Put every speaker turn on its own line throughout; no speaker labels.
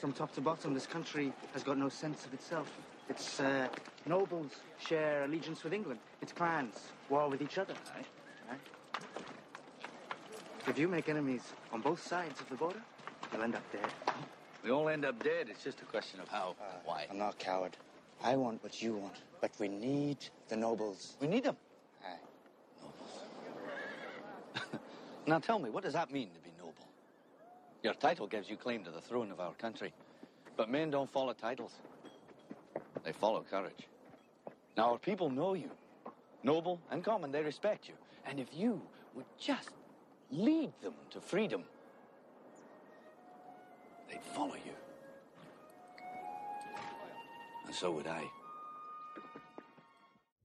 From top to bottom, this country has got no sense of itself. Its uh, nobles share allegiance with England. Its clans war with each other. Aye. Aye. If you make enemies on both sides of the border, you'll end up dead.
We all end up dead. It's just a question of how and why.
Uh, I'm not a coward. I want what you want, but we need the nobles.
We need them.
Aye.
Now tell me, what does that mean to be noble? Your title gives you claim to the throne of our country. But men don't follow titles. They follow courage. Now our people know you. Noble and common, they respect you. And if you would just lead them to freedom, they'd follow you. And so would I.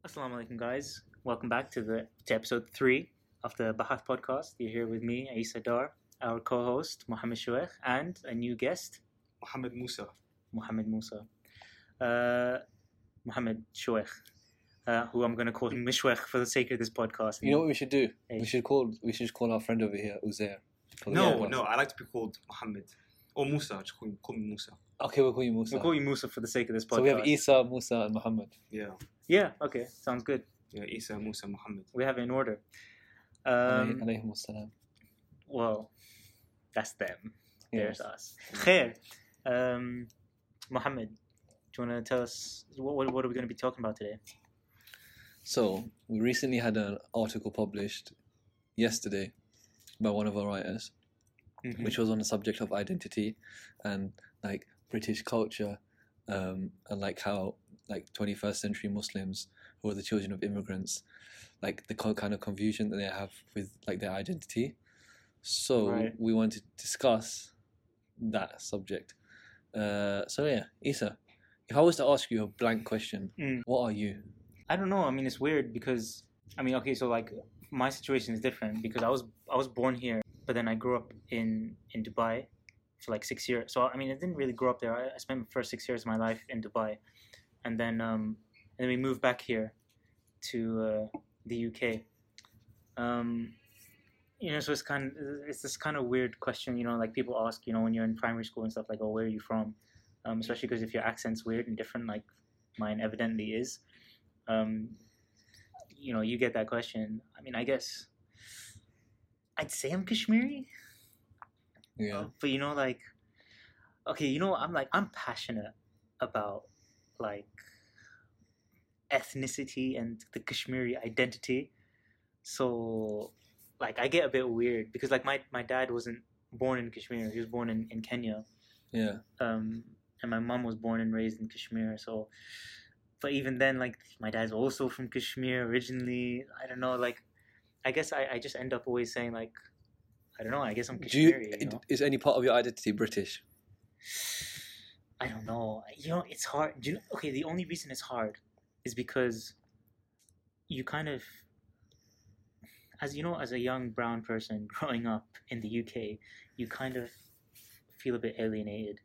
Assalamu alaikum, guys. Welcome back to the to episode three of the Bahat podcast. You're here with me, Aisa Dar, our co host, Mohammed Shuekh, and a new guest,
Mohammed Musa.
Mohammed Musa. Uh, Mohammed Shuekh, uh, who I'm going to call him Mishwekh for the sake of this podcast.
You know what we should do?
Hey.
We should call. We should just call our friend over here Uzair. for the
No,
podcast.
no, I like to be called Mohammed. Or Musa, just call me, call me Musa.
Okay, we'll call you Musa.
We'll call you Musa for the sake of this podcast.
so we have Isa, Musa, and Muhammad.
Yeah,
Yeah, okay. Sounds good.
yeah, Isa, Musa, Mohammed.
We have it in order. Um,
Alayhim wassalam.
well, that's them. There's
Yes.
us. Khair. Um, Mohammed, do you want to tell us what, what, what are we going to be talking about today?
So we recently had an article published yesterday by one of our writers,
Mhm.
which was on the subject of identity and like British culture, um, and like how like 21st century Muslims who are the children of immigrants, like the co- kind of confusion that they have with like their identity. So
Right.
we want to discuss that subject. Uh, so yeah, Issa, if I was to ask you a blank question,
Mm.
what are you?
I don't know. I mean, it's weird because I mean, okay, so like my situation is different because I was I was born here, but then I grew up in in Dubai for like six years. So I mean, I didn't really grow up there. I, I spent the first six years of my life in Dubai, and then um, and then we moved back here to uh, the UK. Um, you know, so it's kind of, it's this kind of weird question. You know, like people ask, you know, when you're in primary school and stuff, like, oh, where are you from? Um, especially because if your accent's weird and different, like mine evidently is um, you know, you get that question. I mean, I guess I'd say I'm Kashmiri,
Yeah.
but you know, like, okay, you know, I'm like, I'm passionate about like ethnicity and the Kashmiri identity. So, like, I get a bit weird because, like, my, my dad wasn't born in Kashmir, he was born in, in Kenya
Yeah.
um, and my mom was born and raised in Kashmir. So, but even then, like my dad's also from Kashmir originally. I don't know. Like, I guess I, I just end up always saying like, I don't know. I guess I'm
Do you,
Kashmiri. You, know?
is any part of your identity British?
I don't know. You know, it's hard. Do you, okay, the only reason it's hard is because you kind of, as you know, as a young brown person growing up in the UK, you kind of feel a bit alienated.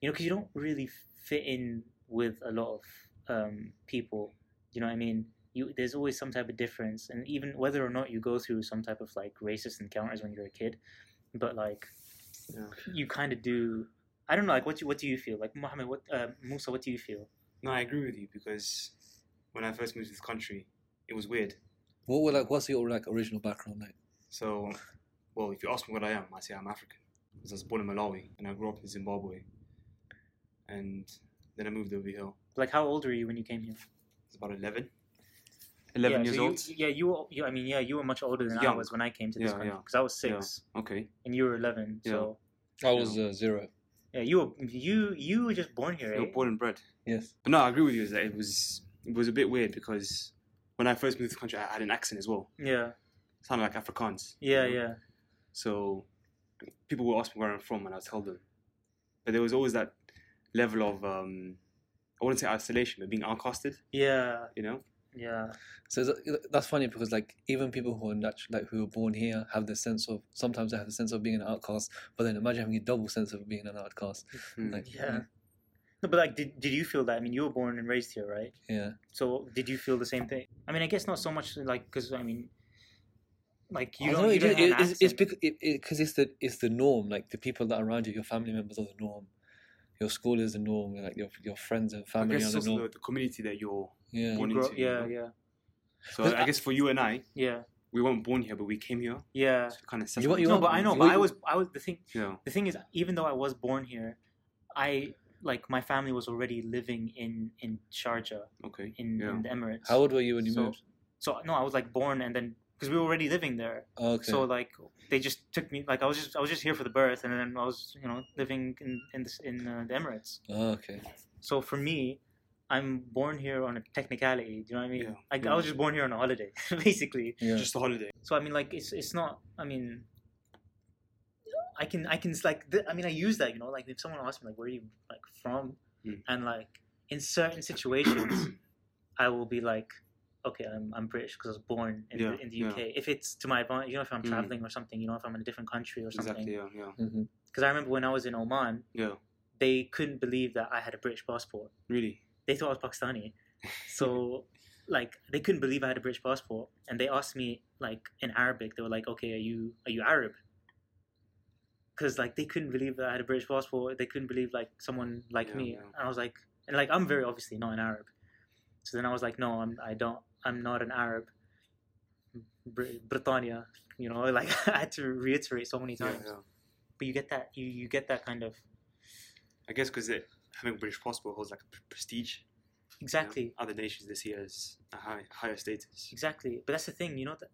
You know, because you don't really fit in with a lot of um, people. You know what I mean? You, there's always some type of difference, and even whether or not you go through some type of like racist encounters when you're a kid, but like
Yeah.
you kind of do I don't know. Like, what do, what do you feel? Like, Mohammed, what uh, Musa, what do you feel?
No, I agree with you because when I first moved to this country, it was weird.
What were like? What's your like original background like?
So, well, if you ask me what I am, I say I'm African. Because I was born in Malawi and I grew up in Zimbabwe. And then I moved over here. I was
Like, how old were you when you came here?
about 11.
yeah, so you- yeah, you were. You, I mean, yeah, you were much older than I
Young.
was when I came to this
Yeah,
country
yeah.
because I was six
Okay.
and you were eleven. So
I was uh, zero.
yeah, you were you you were just born here.
You
Eh?
were born and bred.
Yes.
But no, I agree with you. That it was it was a bit weird because when I first moved to the country, I had an accent as well.
yeah,
It sounded like Afrikaans.
yeah,
you know?
yeah,
So people would ask me where I'm from, and I'd tell them. But there was always that level of um, I wouldn't say isolation, but being outcasted.
yeah,
You know,
yeah.
So it's- that's funny because like even people who are natu- like who are born here have the sense of sometimes they have the sense of being an outcast, but then imagine having a double sense of being an outcast.
Hmm.
Like
Yeah. No, but like, did did you feel that? I mean, you were born and raised here, right?
yeah.
So did you feel the same thing? I mean, I guess not so much like because I mean, like you
I
don't.
know,
you
it
don't
just-
have an
it- it's, it's
accent.
because it, it, 'cause it's the it's the norm. Like the people that are around you, your family members are the norm. your school is the norm, like your your friends and family
I guess
are
it's also
the norm.
the, the community that you're.
yeah,
born
Grow-
into, you
yeah,
know?
yeah,
So
But
I,
I-
guess for you and I,
yeah,
we weren't born here, but we came here.
yeah.
So kind of
You want- you
No,
want-
but I know.
you
But I
want-
was, I was the thing.
yeah.
The thing is, even though I was born here, I like my family was already living in in Sharjah
Okay.
in,
yeah.
in the Emirates.
How old were you when you
So-
moved?
so no, I was like born and then because we were already living there.
Okay.
So like they just took me like I was just I was just here for the birth and then I was you know living in in, this, in uh, the Emirates.
oh, okay.
So for me, I'm born here on a technicality. Do you know what I mean?
Yeah.
I, I was just born here on a holiday, basically.
Yeah.
Just a holiday.
So I mean, like it's it's not. I mean, I can I can like th- I mean I use that you know like if someone asks me like where are you like from,
Mm.
and like in certain situations, I will be like, okay, I'm I'm British because I was born in
Yeah,
the, in the
yeah.
UK. If it's to my advantage, you know, if I'm
Mm.
traveling or something, you know, if I'm in a different country or something.
Exactly.
Because
Yeah. Yeah.
hmm
I remember when I was in Oman,
Yeah.
they couldn't believe that I had a British passport.
Really.
They thought I was Pakistani, so. Like they couldn't believe I had a British passport, and they asked me like in Arabic. They were like, "Okay, are you are you Arab?" because like they couldn't believe that I had a British passport. They couldn't believe like someone like
Yeah,
me.
yeah.
And I was like, and like I'm very obviously not an Arab. So then I was like, no, I'm I don't I'm not an Arab. Br- Britannia, you know, like I had to reiterate so many
Yeah.
times.
yeah.
But you get that you you get that kind of
I guess because having a British passport holds like a pre- prestige. you know?
exactly
Other nations they see it as a high, higher status.
exactly. But that's the thing, you know that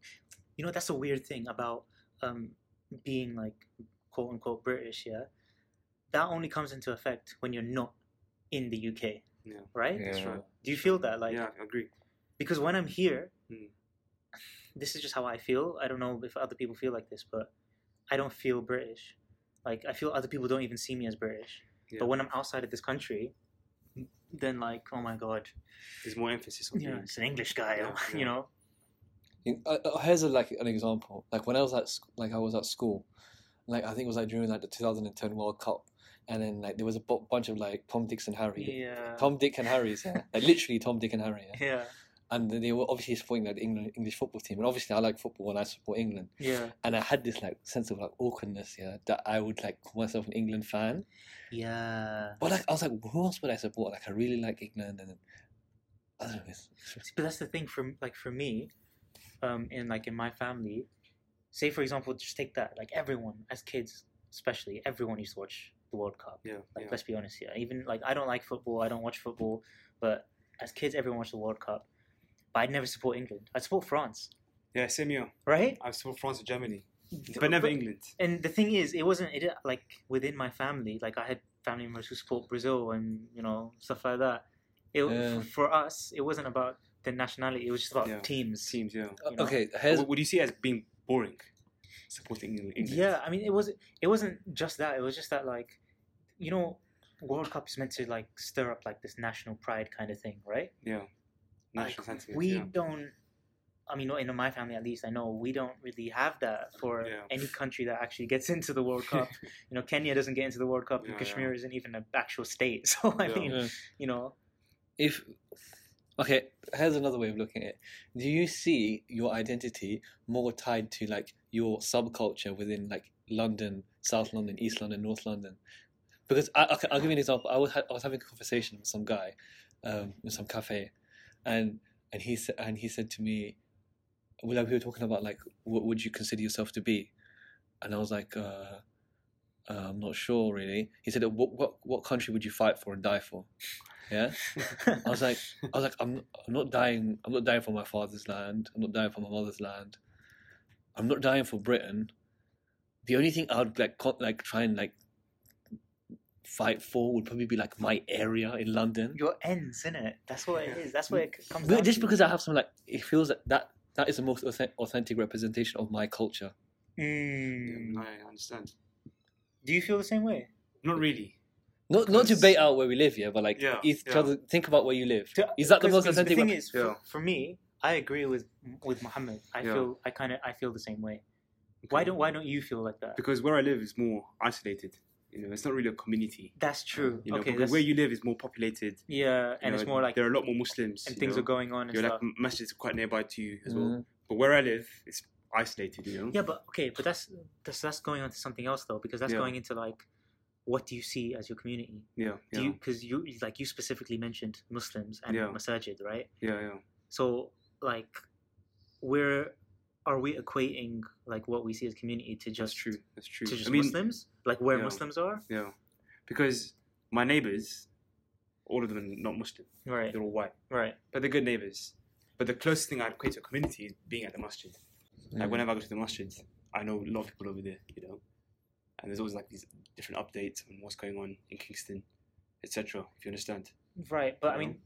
you know that's a weird thing about um being like quote unquote British. Yeah, that only comes into effect when you're not in the UK.
Yeah.
Right.
That's right.
Do you feel that? Like,
yeah, I agree.
because when I'm here,
Mm.
this is just how I feel. I don't know if other people feel like this, but I don't feel British. Like, I feel other people don't even see me as British.
Yeah.
But when I'm outside of this country, then like, oh my god,
There's more emphasis on
you know,
you.
it's an English guy,
Yeah,
oh,
yeah.
you know.
You- uh, uh, here's a, like an example. Like when I was at sc- like I was at school, like I think it was like during like the 2010 World Cup, and then like there was a bu- bunch of like Tom Dicks and Harry,
Yeah.
Tom Dick and Harry's, yeah, like literally Tom Dick and Harry, yeah.
Yeah.
and they were obviously supporting like the England English football team, and obviously I like football and I support England,
Yeah.
and I had this like sense of like awkwardness, yeah, that I would like call myself an England fan,
Yeah.
but like I was like, who else would I support? Like I really like England, and then, I don't know. It's,
See, but that's the thing for like for me, um, in like in my family, say for example, just take that. Like everyone, as kids especially, everyone used to watch the World Cup.
Yeah.
Like
yeah.
let's be honest here. Even like I don't like football. I don't watch football. But as kids, everyone watched the World Cup. But I'd never support England. I'd support France,
Yeah. Same here.
right?
I support France and Germany, but never England.
And the thing is, it wasn't it didn't- like within my family. Like I had family members who support Brazil and you know stuff like that. It
Yeah.
f- for us, it wasn't about the nationality. It was just about
Yeah.
teams.
Seems yeah.
You know?
uh, Okay, here's
Would would you see it as being boring? Supporting England. England?
Yeah, I mean, it was it wasn't just that. It was just that like, you know, World Cup is meant to like stir up like this national pride kind of thing, right?
Yeah.
Like,
National sentiment.
We
yeah.
don't. I mean, in my family at least, I know we don't really have that for
Yeah.
any country that actually gets into the World Cup. you know, Kenya doesn't get into the World Cup,
Yeah,
and
yeah.
Kashmir isn't even an actual state. So I
Yeah.
mean,
Yeah.
you know,
if okay here's another way of looking at it do you see your identity more tied to like your subculture within like london south london east london north london because I, okay, i'll give you an example I was, ha- I was having a conversation with some guy um, in some cafe and and he said and he said to me well, like, we were talking about like what would you consider yourself to be and i was like uh, uh, i'm not sure really he said what, what what country would you fight for and die for yeah I was like, I was like, I'm, I'm not dying. I'm not dying for my father's land. I'm not dying for my mother's land. I'm not dying for Britain. The only thing I'd like, co- like, try and like fight for would probably be like my area in London.
your ends, in it. That's what it is. That's what it comes.
But
down
just
to.
because I have some like, it feels that that that is the most authen- authentic representation of my culture.
Yeah,
Mm.
no, I understand.
Do you feel the same way?
Not really.
Not not to
Because-
bait out where we live, yeah, but like,
Yeah,
each
yeah.
other- think about where you live.
To-
Is that the
'cause-
most
'cause
authentic?
thing
rep-
is, for,
Yeah.
for me, I agree with with Muhammad. I
Yeah.
feel I kind of I feel the same way. Why don't Why don't you feel like that?
Because where I live is more isolated. You know, it's not really a community.
That's true.
You know,
okay.
because
That's,
where you live is more populated. you
yeah, and it's
know,
more like
there are a lot more Muslims.
and
you
things
know.
are going on and
You're
stuff. Mm.
like masjids are quite nearby to you as well.
Mhm.
But where I live, it's isolated. You know.
yeah, but okay, but that's that's that's going on to something else though, because that's
Yeah.
going into like what do you see as your community?
Yeah,
Do
yeah,
you because you like you specifically mentioned Muslims and
Yeah.
masajid, right?
yeah, yeah.
So like, where are we equating like what we see as community to
That's
just
true. That's true.
to just
I mean,
Muslims? Like where
yeah.
Muslims are?
yeah, because my neighbors, all of them are not Muslim.
Right,
They're all white,
right.
but they're good neighbors. But the closest thing I'd equate to a community is being at the masjid.
Yeah.
Mm.
Like whenever I go to the masjid, I know a lot of people over there, you know. And there's always like these different updates on what's going on in Kingston, etc. If you understand.
Right, but I
You know?
mean,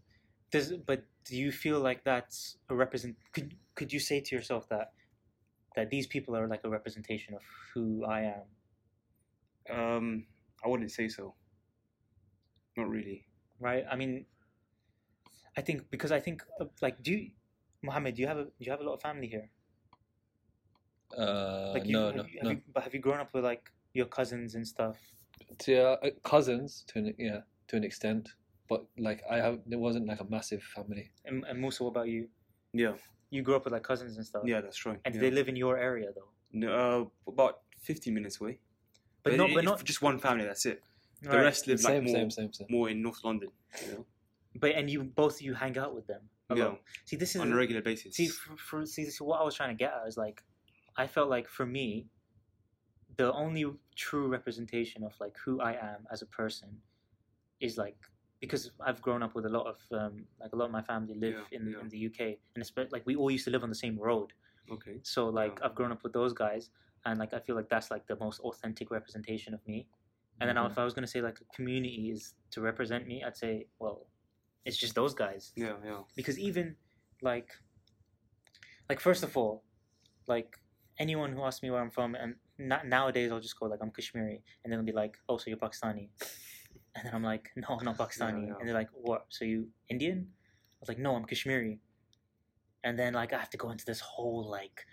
does but do you feel like that's a represent? Could could you say to yourself that that these people are like a representation of who I am?
Um, I wouldn't say so. Not really.
Right? I mean, I think because I think uh, like do you, Mohammed, do you have a do you have a lot of family here?
Uh,
Like you,
no,
have,
no,
you, have
no.
you- but have you grown up with like your cousins and stuff?
Yeah, uh, cousins to an, yeah to an extent, but like I have, there wasn't like a massive family.
And, and Musa, what about you?
Yeah,
You grew up with like cousins and stuff.
yeah, that's right.
And
yeah.
do they live in your area though?
No, uh, about 15 minutes away.
But, not,
it-
but
it's
not
just one family. That's it. The
right.
rest live like
same,
more,
same, same, same.
more in North London. You know,
But and you both you hang out with them. A
Yeah.
lot. See, this is
on a regular basis.
See, for, for see, this is what I was trying to get at is like, I felt like for me, the only true representation of like who I am as a person is like because I've grown up with a lot of um, like a lot of my family live
Yeah,
in
yeah.
in the UK, and especially like we all used to live on the same road.
Okay.
So like
Yeah.
I've grown up with those guys, and like I feel like that's like the most authentic representation of me. And then
Mm-hmm.
Mhm.
if I was gonna say like a community is to represent me, I'd say well, it's just those guys
Yeah, yeah,
because even like like first of all like anyone who asks me where i'm from and na nowadays i'll just go like i'm kashmiri and then they'll be like oh so you're pakistani and then i'm like no i'm not pakistani
yeah.
and they're like what so you indian i was like no i'm kashmiri and then like i have to go into this whole like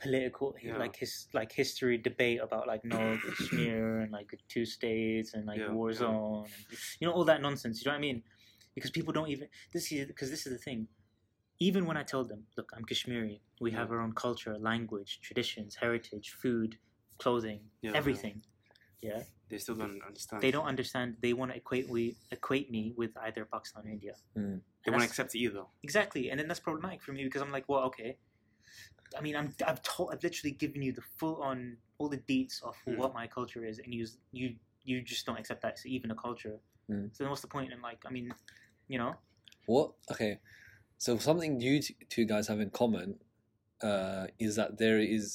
political
Yeah.
like his like history debate about like no kashmir and like two states and like
Yeah,
war
yeah.
zone and, you know all that nonsense you know what i mean because people don't even this is because this is the thing even when i tell them look i'm kashmiri we have our own culture language traditions heritage food clothing
Yeah,
everything yeah
They still don't understand.
they don't understand they want to equate we equate me with either pakistan or india
Mm.
They
And
won't
that's-
accept it either.
exactly and then that's problematic for me because i'm like well okay i mean i'm i've told i've literally given you the full on all the deets of
Mm.
what my culture is and you you you just don't accept that it's even a culture
Hmm.
Mm.
so then what's the point and like i mean you know
What? Okay. So something you t- two guys have in common uh, is that there is,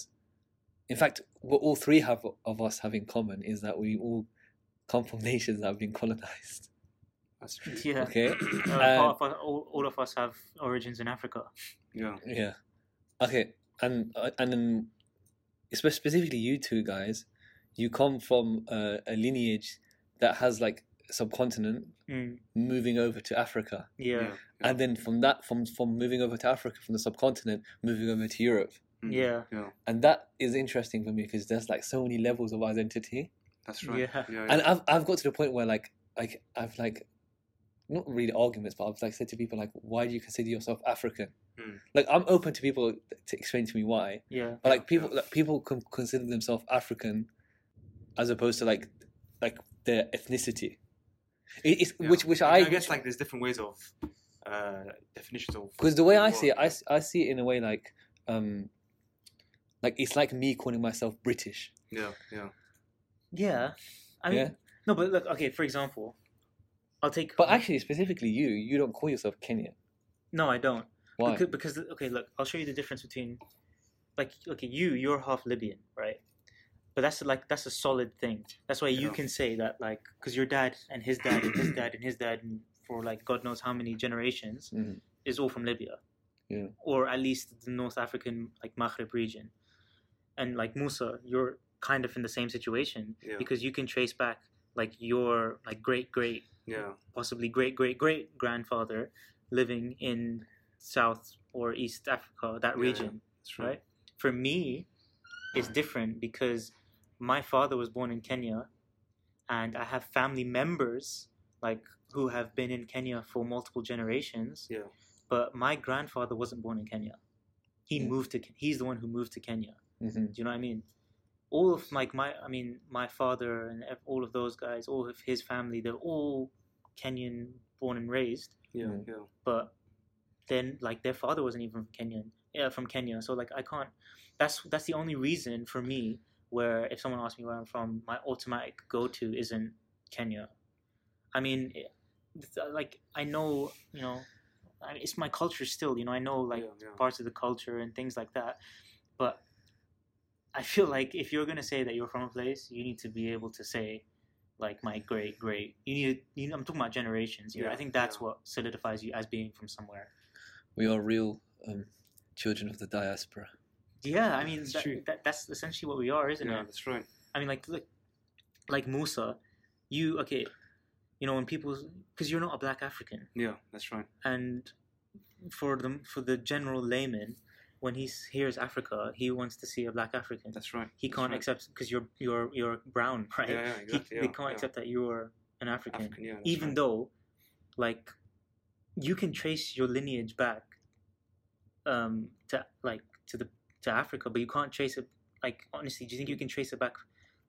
in fact, what all three have of us have in common is that we all come from nations that have been colonized.
That's true.
yeah
Okay.
Uh,
Uh,
all, of
um,
us, all, all of us have origins in Africa.
Yeah,
Yeah. Okay. And uh, and then, spe- specifically you two guys, you come from uh, a lineage that has like subcontinent
Mm,
moving over to Africa,
yeah, yeah,
Yeah.
and then from that from from moving over to Africa from the subcontinent moving over to Europe.
Mm.
yeah,
yeah.
and that is interesting for me because there's like so many levels of identity
That's right. Yeah,
Yeah.
yeah.
and I've, I've got to the point where like like i've like not really arguments but i've like said to people like why do you consider yourself african
Mm.
like i'm open to people to explain to me why but like people like, people can consider themselves african as opposed to like like their ethnicity it, it's,
Yeah.
which which
I,
i,
mean, I guess like there's different ways of uh, definitions of.
Because the way I
what-
see it, I, s- I see it in a way like, um, like it's like me calling myself British.
Yeah, yeah.
Yeah. I mean,
Yeah.
no, but look, okay. For example, I'll take.
But actually, specifically you, you don't call yourself Kenyan.
no, I don't.
Why?
Becau- Because, the- okay, look, I'll show you the difference between, like, okay, you you're half Libyan, right? But that's like that's a solid thing. That's why you
Yeah.
can say that, like, because your dad and his dad and his dad and his dad and for like God knows how many generations
Mhm.
is all from Libya,
Yeah.
or at least the North African like Maghreb region, and like Musa, you're kind of in the same situation
Yeah.
because you can trace back like your like great great
yeah,
possibly great great great grandfather living in South or East Africa, that
Yeah,
region,
that's right.
right? For me, it's different because my father was born in Kenya, and I have family members like who have been in Kenya for multiple generations.
Yeah.
But my grandfather wasn't born in Kenya. He
Mm.
Hmm.
moved to. He's the one who moved to Kenya.
hmm
Do you know what I mean? all of like my I mean my father and ev- all of those guys, all of his family, they're all Kenyan born and raised,
Yeah,
Mm.
yeah.
but then like their father wasn't even from Kenyan, yeah, from Kenya. So like I can't. That's that's the only reason for me where if someone asks me where I'm from, my automatic go to isn't Kenya. I mean, it- it's, uh, like I know you know, I it's my culture still. You know, I know like
yeah, yeah.
parts of the culture and things like that. But I feel like if you're gonna say that you're from a place, you need to be able to say, like my great great. You need. You know, I'm talking about generations here.
Yeah,
I think that's
yeah.
what solidifies you as being from somewhere.
We are real um, children of the diaspora.
Yeah, I mean
It's
that,
true.
that, that's essentially what we are, isn't
yeah,
it?
that's right.
I mean, like look, like Musa, you okay? You know when people because you're not a black African.
Yeah, that's right.
and for the for the general layman, when he s- hears Africa, he wants to see a black African.
That's right.
he
that's
can't
right.
accept because you're you're you're brown, right?
Yeah, yeah,
He-
exactly,
they
yeah,
can't
yeah.
accept that you're an African,
African. Yeah, that's
even
right.
though, like, you can trace your lineage back, um, to like to the to Africa, but you can't trace it. Like, honestly, do you think you can trace it back,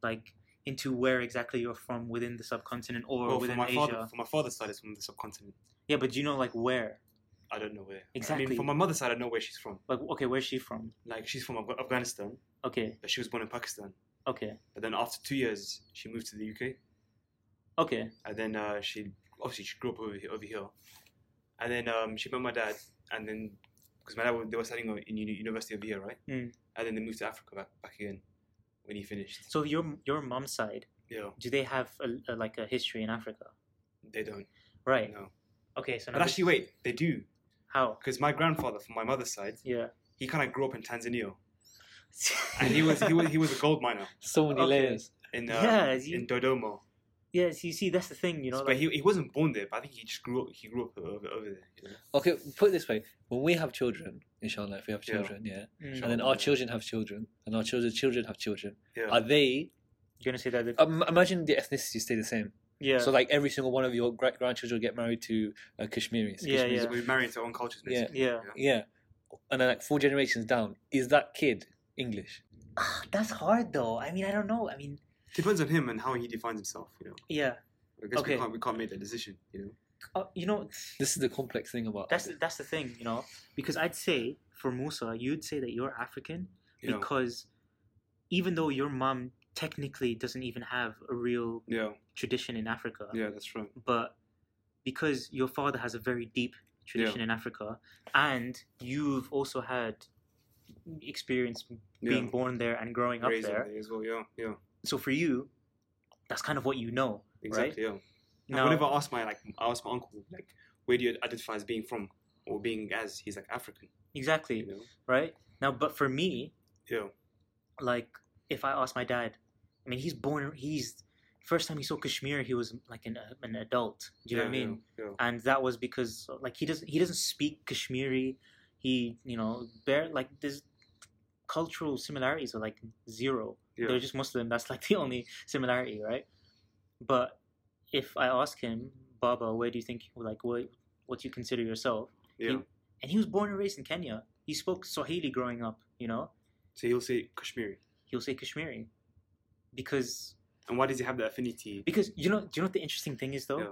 like, into where exactly you're from within the subcontinent or
well, for
within
my
Asia?
father, for my father's side, it's from the subcontinent.
Yeah, but do you know like where?
I don't know where. I
Exactly.
mean, for my mother's side, I know where she's from.
Like, okay, where's she from?
Like, she's from Af- Afghanistan,
Okay,
but she was born in Pakistan.
okay,
But then after two years, she moved to the UK,
okay.
and then uh, she obviously she grew up over here, over here. and then um, she met my dad, and then because my dad was- they were studying in uni- university over here, right?
Mm.
And then they moved to Africa back back again when he finished.
So your your mom's side,
Yeah,
do they have a, a, like a history in Africa?
they don't.
Right.
No,
Okay. So now
but actually,
this-
wait, they do
How?
because my grandfather from my mother's side,
Yeah.
he kind of grew up in Tanzania, and he was he was he was a gold miner
So many
Okay.
layers.
in um,
Yeah, he-
in Dodoma.
yes. You see, that's the thing. You know,
but
like
he, he wasn't born there. But I think he just grew up. He grew up over, over there. You know?
Okay, put it this way: when we have children, inshallah, if we have
Yeah.
children, yeah,
Mm.
and then our
Yeah.
children have children, and our children's children have children,
Yeah.
are they?
you're gonna say that. the-
Um, imagine the ethnicities stay the same.
yeah.
So like every single one of your gra- grandchildren get married to uh, Kashmiris.
Yeah,
Kashmiris.
yeah.
we marry into our own cultures,
Yeah.
basically.
yeah.
yeah. And then like four generations down, is that kid English?
Ah, that's hard though. I mean, I don't know. I mean,
Depends on him and how he defines himself. You know,
yeah.
I guess
Okay.
we can't we can't make that decision. You know,
Uh, you know,
This is the complex thing about
that's the, that's the thing. You know, because I'd say for Musa, you'd say that you're African
you know.
because even though your mom technically doesn't even have a real
Yeah,
tradition in Africa,
yeah, that's right.
but because your father has a very deep tradition in Africa, and you've also had experience
Yeah.
being born there and growing up
Raised
there,
as well. Yeah, yeah,
so for you, that's kind of what you know,
exactly. Yeah.
right? Now,
Whenever I ask my like, I ask my uncle like, where do you identify as being from or being as? He's like African. You
exactly,
know.
right? Now, but for me,
Yeah.
like if I ask my dad, I mean, he's born, he's first time he saw Kashmir, he was like an, uh, an adult. Do you
yeah,
know what I mean?
Yeah. yeah.
and that was because like he doesn't he doesn't speak Kashmiri. He you know bare like there's cultural similarities are like zero.
Yeah.
They're just Muslim. That's like the only similarity, right? But if I ask him, Baba, where do you think like what what do you consider yourself?
yeah.
he- And he was born and raised in Kenya. He spoke Swahili growing up. You know,
so he'll say Kashmiri.
he'll say Kashmiri because
And why does he have the affinity?
because you know, do you know what the interesting thing is though?
Yeah.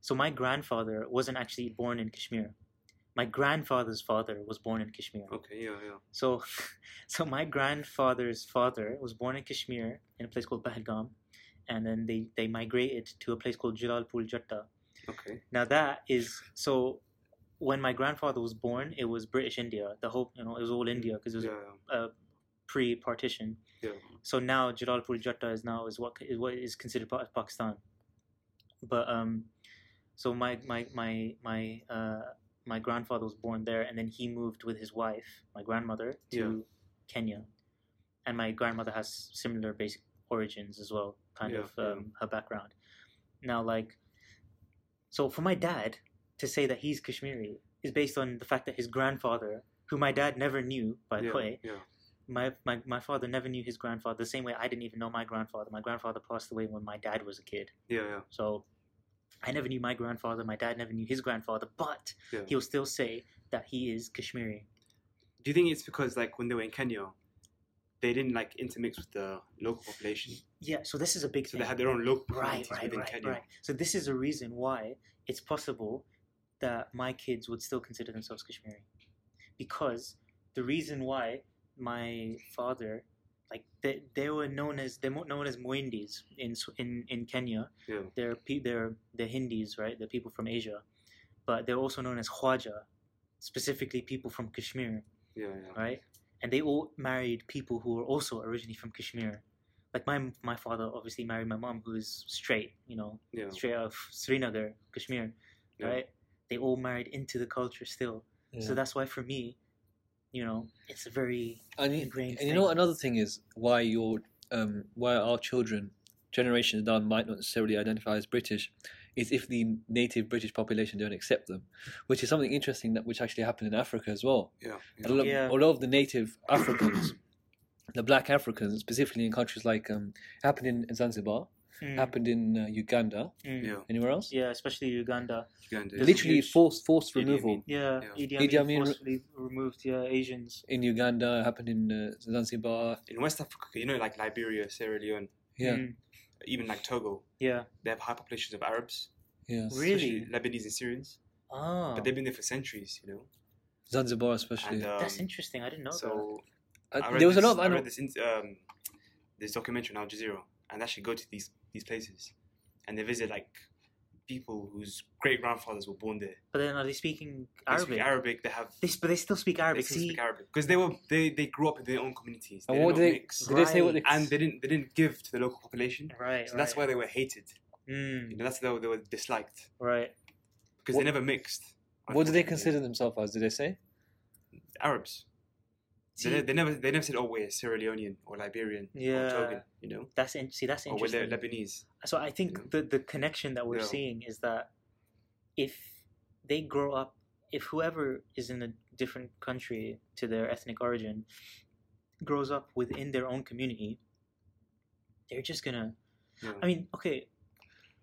So my grandfather wasn't actually born in Kashmir. My grandfather's father was born in Kashmir.
Okay. Yeah. Yeah.
So, so my grandfather's father was born in Kashmir in a place called Pahalgam, and then they they migrated to a place called Jalalpur Jatta.
Okay.
Now that is so. When my grandfather was born, it was British India. The whole, you know, it was all India because it was
Yeah.
pre-partition.
Yeah.
So now Jalalpur Jatta is now is what is what is considered part of Pakistan. But um, so my my my my uh, my grandfather was born there, and then he moved with his wife, my grandmother, to
Yeah.
Kenya, and my grandmother has similar basic origins as well, kind
Yeah,
of
yeah.
um, her background. Now, like, so for my dad to say that he's Kashmiri is based on the fact that his grandfather, who my dad never knew, by the
yeah.
way,
Yeah.
my, my my father never knew his grandfather the same way I didn't even know my grandfather. My grandfather passed away when my dad was a kid,
Yeah. Yeah.
so I never knew my grandfather. My dad never knew his grandfather, but
Yeah.
he'll still say that he is Kashmiri.
Do you think it's because like when they were in Kenya, they didn't like intermix with the local population,
Yeah, so this is a big
so
thing.
they had their own local
right,
communities
right,
within
right,
Kenya.
right. So this is a reason why it's possible that my kids would still consider themselves Kashmiri, because the reason why my father, like they, they were known as they're mo- known as Moindis in Sw- in in Kenya.
Yeah.
They're pe- they're the Hindis, right? They're people from Asia, but they're also known as Khwaja, specifically people from Kashmir
Yeah, yeah.
right? And they all married people who were also originally from Kashmir. Like my my father obviously married my mom, who is straight, you know,
Yeah.
straight out of Srinagar, Kashmir,
Yeah.
right? They all married into the culture still.
Yeah.
So that's why for me, you know, it's a very
and you,
ingrained
and you know what
thing.
another thing is why your um, why our children generations down might not necessarily identify as British is if the native British population don't accept them, which is something interesting that which actually happened in Africa as well.
Yeah,
A lot,
Yeah.
a lot of the native Africans, the black Africans, specifically in countries like um, happened in Zanzibar,
Mm,
happened in uh, Uganda,
mm.
yeah.
yeah.
anywhere else.
especially Uganda.
Uganda.
Literally
huge.
forced forced
Idi Amin.
removal.
Yeah,
Yeah.
Idi
Idi
Amin
Amin re-
forcibly removed. Yeah, Asians.
in Uganda, happened in uh, Zanzibar.
in West Africa, you know, like Liberia, Sierra Leone,
Yeah,
Mm,
even like Togo,
yeah.
they have high populations of Arabs,
yeah.
Really?
especially Lebanese and Syrians,
Ah,
Oh.
but they've been there for centuries, you know.
Zanzibar, especially.
And um,
that's interesting. I didn't know that.
so
Uh,
I read
there was
this,
a lot of
I
ano-
read this in, um, this documentary on Al Jazeera, and actually go to these these places, and they visit like people whose great grandfathers were born there.
But then are they speaking
They
Arabic?
speak Arabic. They have
They, s- but they still speak
they
Arabic.
still
See,
speak Arabic because they were they, they grew up in their own communities. They
and what
did
did
not
they,
mix,
did they say? What they,
and they didn't they didn't give to the local population.
Right.
So that's why
right.
they were hated. You
Mm,
know, that's why they were disliked
right.
because
What-
they never mixed.
what do they
unfortunately.
consider themselves as? Did they say?
Arabs?
See,
They, they never they never said, "Oh, we're Sierra Leonean or Liberian or
Yeah.
Togan," you know,
that's in, see that's
or we're Le-
interesting.
Lebanese.
so I think
Yeah.
the the connection that we're
Yeah.
seeing is that if they grow up, if whoever is in a different country to their ethnic origin grows up within their own community, they're just gonna
Yeah.
I mean, okay,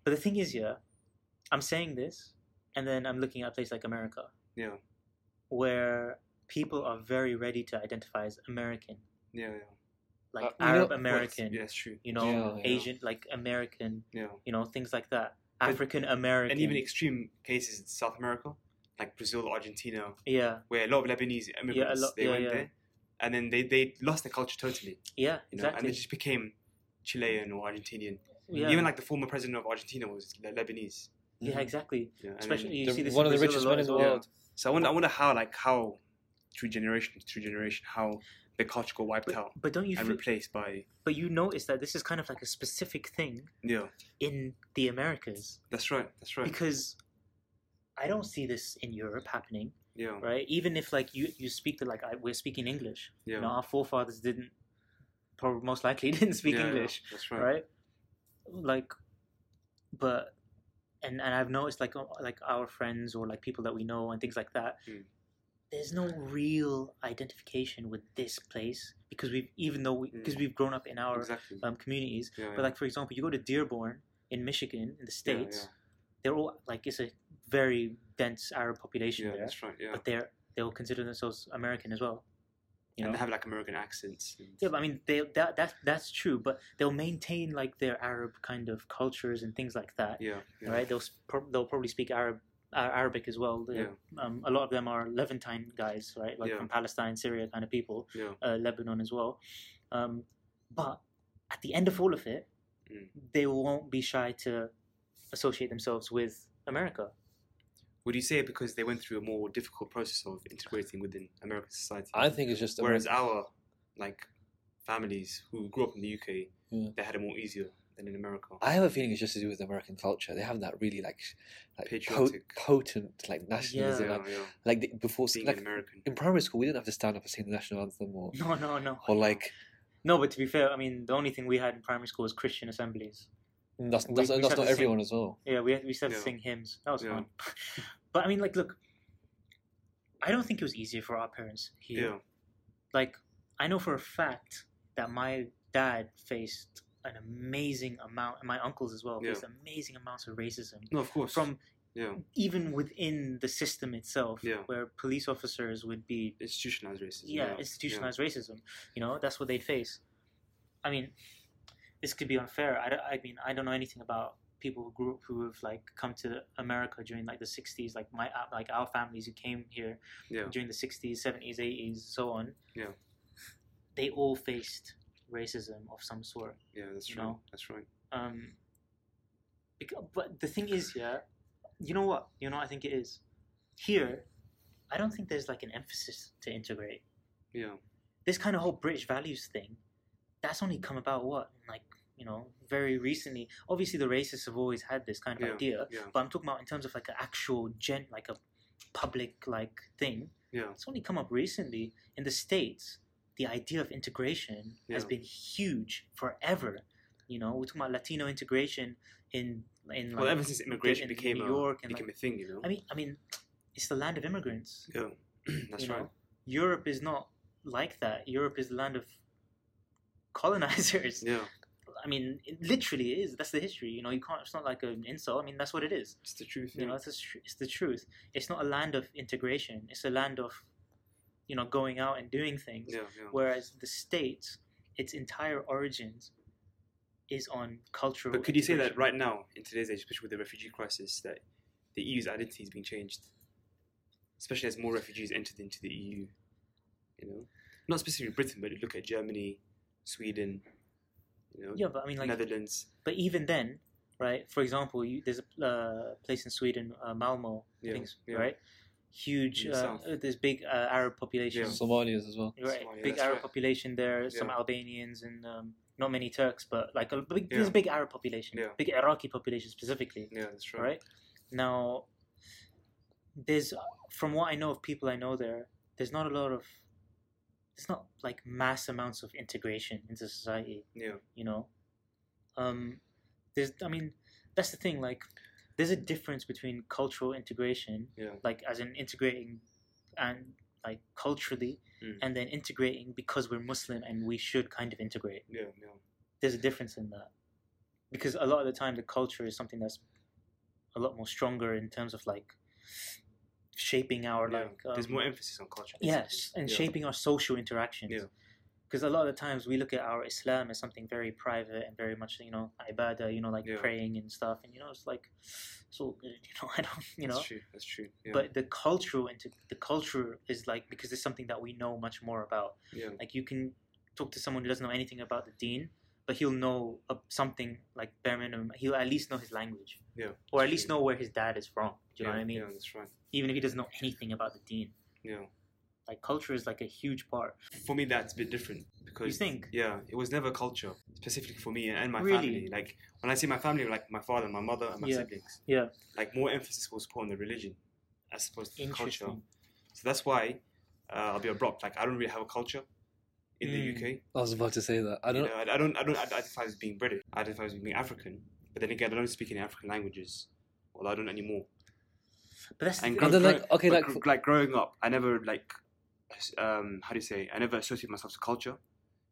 but the thing is, yeah, I'm saying this, and then I'm looking at a place like America,
Yeah.
where people are very ready to identify as American,
yeah, yeah.
like
Uh, you know-
Arab American,
Yeah, that's true.
you know,
Yeah, yeah.
Asian, like American,
Yeah.
you know, things like that,
But-
African American,
And even extreme cases in South America, like Brazil, Argentina,
yeah,
where a lot of Lebanese immigrants
lot-
they
yeah,
went
yeah.
there, and then they they lost their culture totally,
yeah,
you know, and
exactly,
they just became Chilean or Argentinian.
yeah,
Even like the former president of Argentina was Le- Lebanese.
yeah, exactly.
You know, and then-
Especially you
The-
see this
one
in
of the
Brazil
richest
a lot
men in
as
the
well.
world.
So I wonder, I wonder how like how through generation through generation how the culture got wiped
But,
out
but don't you?
and
feel-
replaced by
but you notice that this is kind of like a specific thing
yeah.
in the Americas.
That's right. That's right.
because I don't see this in Europe happening,
yeah.
right? Even if like you you speak the like I, we're speaking English,
Yeah.
you know, our forefathers didn't, probably most likely didn't speak
Yeah, yeah,
English,
That's right.
right? Like, but and and I've noticed like uh, like our friends or like people that we know and things like that.
Mm.
There's no real identification with this place because we've even though because we, 'cause
Mm.
we've grown up in our
Exactly.
um, communities.
yeah, yeah.
But like for example, you go to Dearborn in Michigan in the
Yeah,
states
yeah.
they're all like it's a very dense Arab population
Yeah,
there,
that's right. Yeah.
but they're they'll consider themselves American as well. You
and
know?
they have like American accents. and-
yeah, but I mean they that that that's true, but they'll maintain like their Arab kind of cultures and things like that,
yeah, yeah.
right? They'll s- prob- they'll probably speak Arab. Uh, Arabic as well. The-
Yeah.
Um, a lot of them are Levantine guys, right? Like
Yeah.
from Palestine, Syria, kind of people.
Yeah.
Uh, Lebanon as well. Um, but at the end of all of it,
Mm.
they won't be shy to associate themselves with America.
Would you say it because they went through a more difficult process of integrating within American society?
I think it's just
Whereas our like families who grew up in the UK,
Yeah.
they had it more easier than in America.
I have a feeling it's just to do with American culture. They have that really like, like po-
Patriotic.
potent like nationalism.
yeah,
Like,
yeah.
like the, before,
Being
like
an American.
in primary school, we didn't have to stand up and sing the national anthem or
No, no, no.
or like
No, but to be fair, I mean, the only thing we had in primary school was Christian assemblies. We-
that's that's,
we
that's
said
not
the same.
everyone as well.
Yeah, we had, we started
Yeah.
to sing hymns. That was
Yeah.
fun. but I mean, like, look, I don't think it was easier for our parents here.
Yeah,
Like, I know for a fact that my dad faced an amazing amount, and my uncles as well
Yeah.
faced amazing amounts of racism
no, of course.
from
Yeah.
even within the system itself,
Yeah.
where police officers would be
Institutionalized racism.
yeah, institutionalized racism. You know, that's what they'd face. I mean, this could be unfair. I, don't- I mean, I don't know anything about people who grew up who have like come to America during like the '60s, like my uh, like our families who came here
Yeah.
during the '60s, '70s, '80s, so on.
Yeah.
They all faced racism of some sort.
Yeah, that's
you
right.
know?
That's right.
Um, because, but the thing is, yeah, you know what? You know, what I think it is here. I don't think there's like an emphasis to integrate
Yeah.
this kind of whole British values thing, that's only come about what like you know very recently. Obviously, the racists have always had this kind of
Yeah,
idea,
yeah.
but I'm talking about in terms of like an actual gen, like a public like thing.
Yeah.
It's only come up recently in the states. The idea of integration has
Yeah.
been huge forever. You know, we're talking about Latino integration in in like
well, ever since immigration
in
became
New
a,
York and
became
like,
a thing, you know.
I mean, I mean, it's the land of immigrants.
yeah. that's
you
right.
know, Europe is not like that. Europe is the land of colonizers.
Yeah.
I mean, it literally is. That's the history. You know, you can't. It's not like an insult. I mean, that's what it is.
It's the truth.
You know, it's, the tr- it's the truth. It's not a land of integration. It's a land of, you know, going out and doing things.
yeah. Yeah.
Whereas the states, its entire origins, is on cultural.
But could you say that
integration.
right now, in today's age, especially with the refugee crisis, that the EU's identity is being changed, especially as more refugees entered into the EU? You know, not specifically Britain, but look at Germany, Sweden, you know,
Yeah, but I mean, like,
Netherlands.
but even then, right? For example, you, there's a uh, place in Sweden, uh, Malmo,
Yeah,
I think, it's-
yeah.
right? Huge,
In the
uh,
south.
uh, this big uh, Arab population,
Yeah.
Somalians as well.
right?
Somalia,
big
that's
Arab
right.
population there. Some
Yeah.
Albanians and um, not many Turks, but like a big,
Yeah.
there's a big Arab population,
Yeah.
big Iraqi population specifically,
Yeah, that's right.
right? Now, there's from what I know of people I know there, there's not a lot of, there's not like mass amounts of integration into society
Yeah,
you know um there's i mean that's the thing like there's a difference between cultural integration
yeah,
like as in integrating and like culturally
Mm.
and then integrating because we're muslim and we should kind of integrate
yeah, yeah.
there's a difference in that because a lot of the time the culture is something that's a lot more stronger in terms of like shaping our
yeah.
like um,
There's more emphasis on culture.
Yes,
basically.
and
yeah.
shaping our social interactions.
Yeah.
Because a lot of the times we look at our Islam as something very private and very much, you know, ibadah, you know, like
Yeah.
praying and stuff. And, you know, it's like, it's all good, you know, I don't, you know.
That's true. That's true. Yeah.
But the cultural, into the culture is like, because it's something that we know much more about.
yeah,
Like you can talk to someone who doesn't know anything about the deen, but he'll know uh, something like bare minimum. He'll at least know his language.
yeah.
Or
that's
at least
true.
know where his dad is from. Do you know
Yeah,
what I mean?
Yeah, that's right.
Even if he doesn't know anything about the deen.
Yeah.
Like culture is like a huge part.
For me, that's a bit different because
You think?
Yeah, it was never culture specifically for me and my
Really?
family. Like when I say my family, like my father, my mother, and my
Yeah.
siblings.
Yeah.
Like more emphasis was put on the religion as opposed to the culture.
Interesting.
So that's why uh, I'll be abrupt. Like I don't really have a culture in
Mm.
the UK.
I was about to say that. I
You
don't.
know, I, I don't. I don't identify as being British. I identify as being African. But then again, I don't speak any African languages. Well, I don't anymore.
But that's the
And
thing.
grow,
then, like,
grow-
okay,
but
like-
gr- like growing up, I never like, um, how do you say? I never associate myself to culture.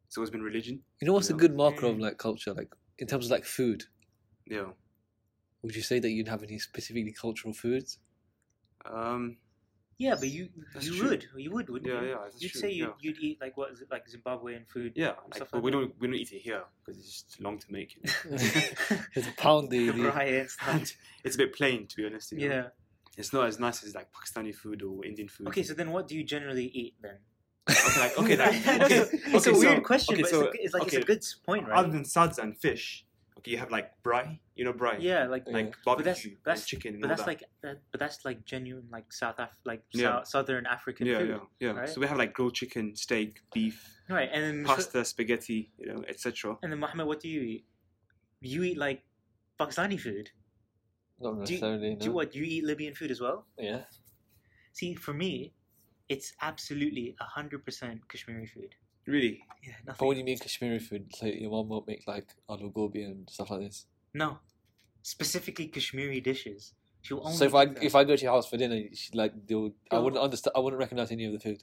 It's always been religion.
You know what's a
Yeah.
good marker
Mm.
of like culture, like in terms of like food?
Yeah.
Would you say that you'd have any specifically cultural foods?
Um,
Yeah, but you
That's
you
true.
would you would wouldn't
Yeah,
you?
yeah, that's
you'd
true,
say you'd,
yeah.
you'd eat like what is it like Zimbabwean food?
yeah, like,
Stuff
but
like
we
that.
don't we don't eat it here because it's just long to make. you know.
It's a pound the, the-
Rye and stuff.
and it's a bit plain to be honest. you know.
Yeah.
it's not as nice as like Pakistani food or Indian food.
Okay, so then what do you generally eat then?
okay, like, okay, like,
I know,
okay,
it's it's
okay,
a weird
so-
question,
okay,
but
so-
it's, a, g- it's like
okay,
it's a good point, right?
Other than suds and fish, okay, you have like brai. You know brai.
yeah, like
Yeah.
Like
But that's-
barbecue
that's-
and chicken. and
but
all
that's
that.
like that, but that's like genuine like South Af like
Yeah.
South, southern African
yeah,
food.
yeah, yeah.
right?
So we have like grilled chicken, steak, beef,
Right, and then so-
pasta, spaghetti, you know, etc.
and then Mohammed, what do you eat? You eat like Pakistani food.
Not
Do you,
necessarily.
do you
no.
what? You eat Libyan food as well?
Yeah.
See, for me, it's absolutely hundred percent Kashmiri food.
Really?
Yeah,
But
nothing.
when you mean Kashmiri food, like your mom won't make like aloo gobi and stuff like this.
No, specifically Kashmiri dishes. She'll only.
so if I
eat that.
if I go to your house for dinner, she, like they would, I
Oh.
wouldn't understand. I wouldn't recognize any of the food.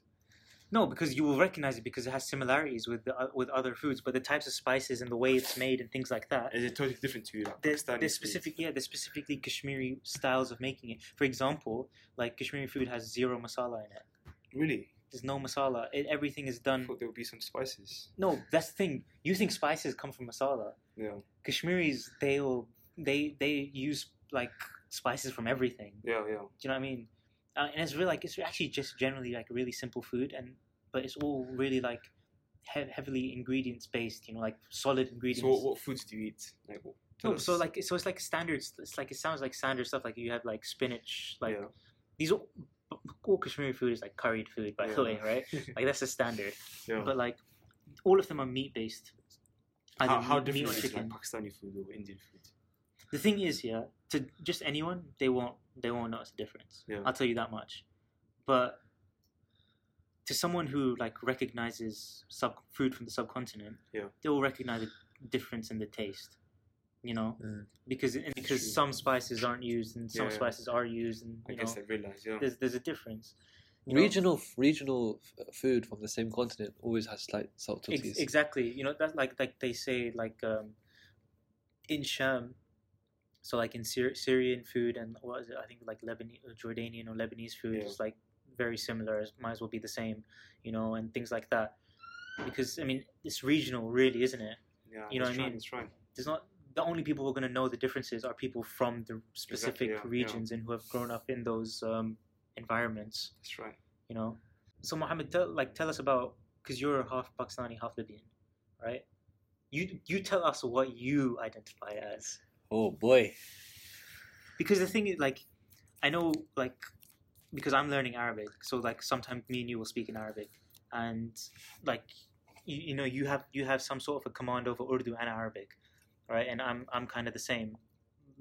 No, because you will recognize it because it has similarities with the, uh, with other foods, but the types of spices and the way it's made and things like that.
Is it totally different to like
There's,
Pakistani
there's
food?
specific, yeah, there's specifically Kashmiri styles of making it. For example, like Kashmiri food has zero masala in it.
Really?
There's no masala. It, everything is
I
done.
thought there would be some spices.
No, that's the thing. You think spices come from masala?
Yeah.
Kashmiris, they'll they they use like spices from everything.
Yeah, yeah.
Do you know what I mean? Uh, and it's really like it's actually just generally like really simple food, and but it's all really like he- heavily ingredients based. You know, like solid ingredients.
So what, what foods do you eat? Like, what, tell
No, Oh, so
us.
like so it's like standard. It's like it sounds like standard stuff. Like you have like spinach. Like
Yeah.
these all, all Kashmiri food is like curried food, by the
Yeah.
way, right? like that's the standard.
Yeah.
But like all of them are meat based.
how, how different is like Pakistani food or Indian food?
The thing is, yeah, to just anyone, they won't they won't notice the difference.
Yeah.
I'll tell you that much. But to someone who like recognizes sub food from the subcontinent,
Yeah.
they will recognize the difference in the taste. You know,
Mm.
because and because
true.
some spices aren't used and some
Yeah.
spices are used, and
I
you know,
guess I realize. Yeah.
there's there's a difference. you know?
Regional f regional f- food from the same continent always has slight
Ex-
subtleties.
exactly. You know that's like like they say like um, in Sham, so like in Syr- Syrian food and what is it? I think like Lebanese, uh, Jordanian or Lebanese food
Yeah.
is like very similar. It might as well be the same, you know, and things like that. Because I mean, it's regional, really, isn't it?
yeah.
you know
that's
what I mean?
right, That's right.
There's not the only people who are going to know the differences are people from the specific
yeah, yeah.
regions and who have grown up in those um, environments,
That's right.
you know. So Mohammed, tell like tell us about because you're half Pakistani, half Libyan, right? You you tell us what you identify as
Oh boy.
because the thing is like I know like because I'm learning Arabic, so like sometimes me and you will speak in Arabic, and like you, you know you have you have some sort of a command over Urdu and Arabic, right? And I'm I'm kind of the same,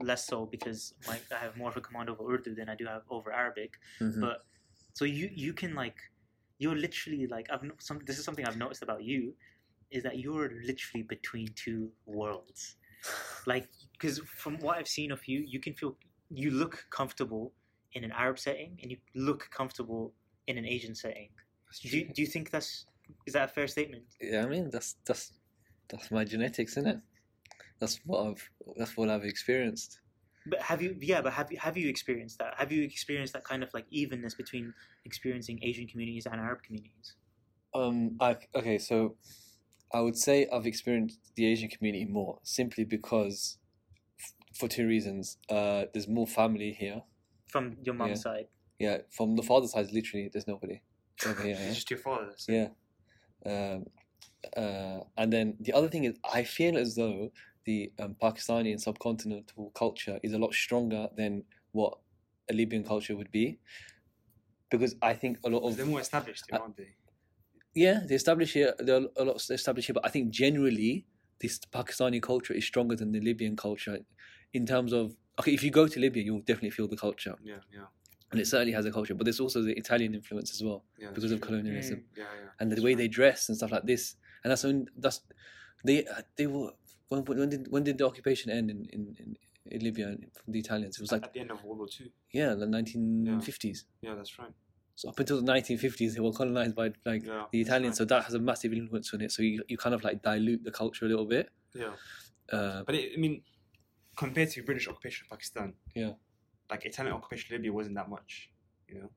less so because like I have more of a command over Urdu than I do have over Arabic.
Mhm.
But so you you can like you're literally like I've no, some this is something I've noticed about you is that you're literally between two worlds. Like because from what I've seen of you, you can feel you look comfortable in an Arab setting and you look comfortable in an Asian setting.
That's
Do you, do you think that's is that a fair statement?
yeah, I mean that's that's that's my genetics, isn't it? That's what I've that's what I've experienced.
But have you yeah, but have you have you experienced that? Have you experienced that kind of like evenness between experiencing Asian communities and Arab communities?
Um, I, okay, so I would say I've experienced the Asian community more simply because, f- for two reasons. Uh, there's more family here.
From your mom's
Yeah.
side.
Yeah, from the father's side, literally, there's nobody over here.
It's
yeah.
just your father. that's it.
Yeah. Um, uh, and then the other thing is, I feel as though the um, Pakistani and subcontinental culture is a lot stronger than what a Libyan culture would be, because I think a lot
'Cause
of
They're more established,
Uh,
aren't they?
yeah, they established here. There are a lot established here, but I think generally this Pakistani culture is stronger than the Libyan culture in terms of okay. If you go to Libya, you'll definitely feel the culture,
Yeah, yeah,
and it certainly has a culture. But there's also the Italian influence as well
yeah.
because of
that's true.
colonialism
Mm.
Yeah, yeah.
and the
that's
way
right.
they dress and stuff like this. And that's when that's they they were when when did when did the occupation end in in, in, in Libya from the Italians? It was like
at the end of World War Two.
yeah, the 1950s.
Yeah, that's right.
So up until the 1950s, they were colonized by like
Yeah,
the
that's
Italians.
right.
So that has a massive influence on it. So you, you kind of like dilute the culture a little bit.
Yeah,
Uh,
but it, I mean, compared to British occupation of Pakistan,
Yeah.
like Italian occupation of Libya wasn't that much. You know,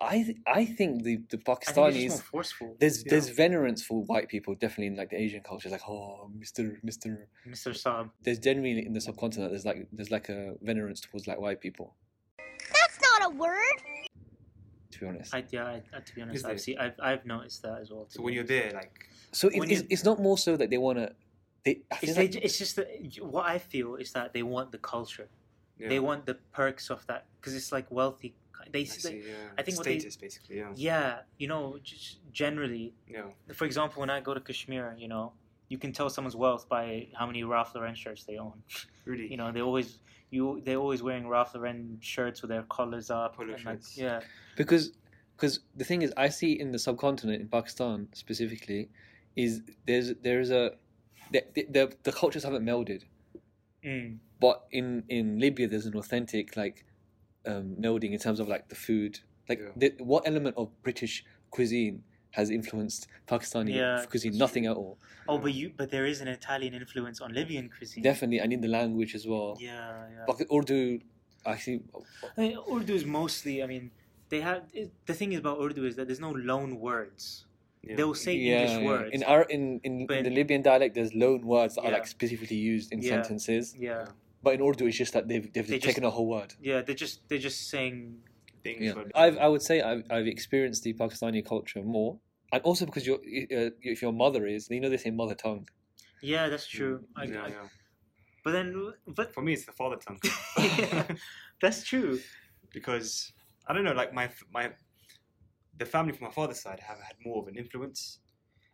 I th- I think the
I think it's
the
just
Pakistanis.
more forceful.
There's
yeah.
there's venerance for white people definitely in like the Asian culture. It's like oh Mister Mister.
Mr. Saab.
There's generally in the subcontinent there's like there's like a venerance towards like white people.
That's not a word.
To be honest.
I, yeah, I, I- to be honest,
Is
I've,
it?
seen, I've I've noticed that as well. to
so
be
when you're
honest.
there, like
So it,
When
it's,
you-
it's not more so that they want to. They, I feel
it's, they,
like,
ju- it's just that what I feel is that they want the culture.
yeah,
They want the perks of that because it's like wealthy. They,
I see,
they
yeah.
I think what they-
status basically. Yeah,
yeah, you know, just generally.
yeah,
For example, when I go to Kashmir, you know, you can tell someone's wealth by how many Ralph Lauren shirts they own.
really.
You know, they always you they're always wearing Ralph Lauren shirts with their collars up.
Polo
and like,
shirts.
yeah,
because because the thing is, I see in the subcontinent in Pakistan specifically, is there's there's a the the, the cultures haven't melded,
mm,
but in in Libya there's an authentic like um, melding in terms of like the food, like
Yeah.
the, what element of British cuisine has influenced Pakistani
Yeah,
cuisine, nothing at all.
Oh, but you but there is an Italian influence on Libyan cuisine.
Definitely, I need the language as well.
Yeah, yeah.
But Urdu, actually,
I mean, Urdu is mostly. I mean, they have it, the thing is about Urdu is that there's no loan words.
Yeah.
They will say
yeah,
English
yeah.
words.
in our in in,
But-
in the Libyan dialect, there's loan words that are
Yeah.
like specifically used in
Yeah.
sentences.
yeah,
But in Urdu, it's just that they've they've
They
just taken
just-
a whole word.
yeah. They're just they're just saying.
Things
Yeah,
like-
I've, I would say I've, I've experienced the Pakistani culture more, and also because your uh, if your mother is, you know they say mother tongue.
Yeah, that's true. I,
Mm. yeah,
I-
yeah.
But then, but
For me, it's the father tongue
that's true.
because I don't know, like my my the family from my father's side have had more of an influence.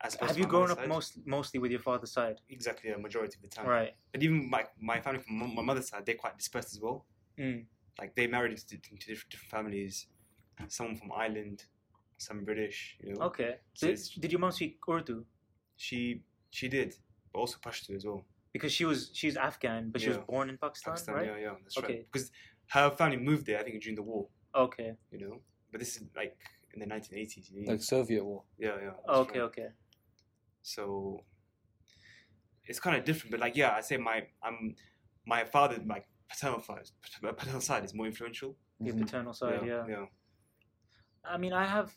As opposed
Have
to
you
my
grown
mother's
up
side.
most mostly with your father's side?
exactly a majority of the time?
Right.
But even my my family from my- my mother's side, they're quite dispersed as well.
Mm.
Like they married into, into different, different families. Some from Ireland, some British. You know,
Okay.
So
Did,
it's-
did your mom speak Urdu?
she she did, but also Pashto as well.
Because she was she's Afghan, but she was
Yeah.
born in Pakistan,
Pakistan,
right?
yeah, yeah, that's
Okay.
right. Because her family moved there, I think, during the war.
Okay.
You know, but this is like in the 1980s. You know?
Like Soviet war.
yeah, yeah. that's
Oh,
Mm-hmm.
Okay.
right.
Okay.
So it's kind of different, but like yeah, I say my I'm my father, my paternal side, paternal side is more influential.
Your
Mhm.
paternal side, yeah.
yeah.
I mean, I have,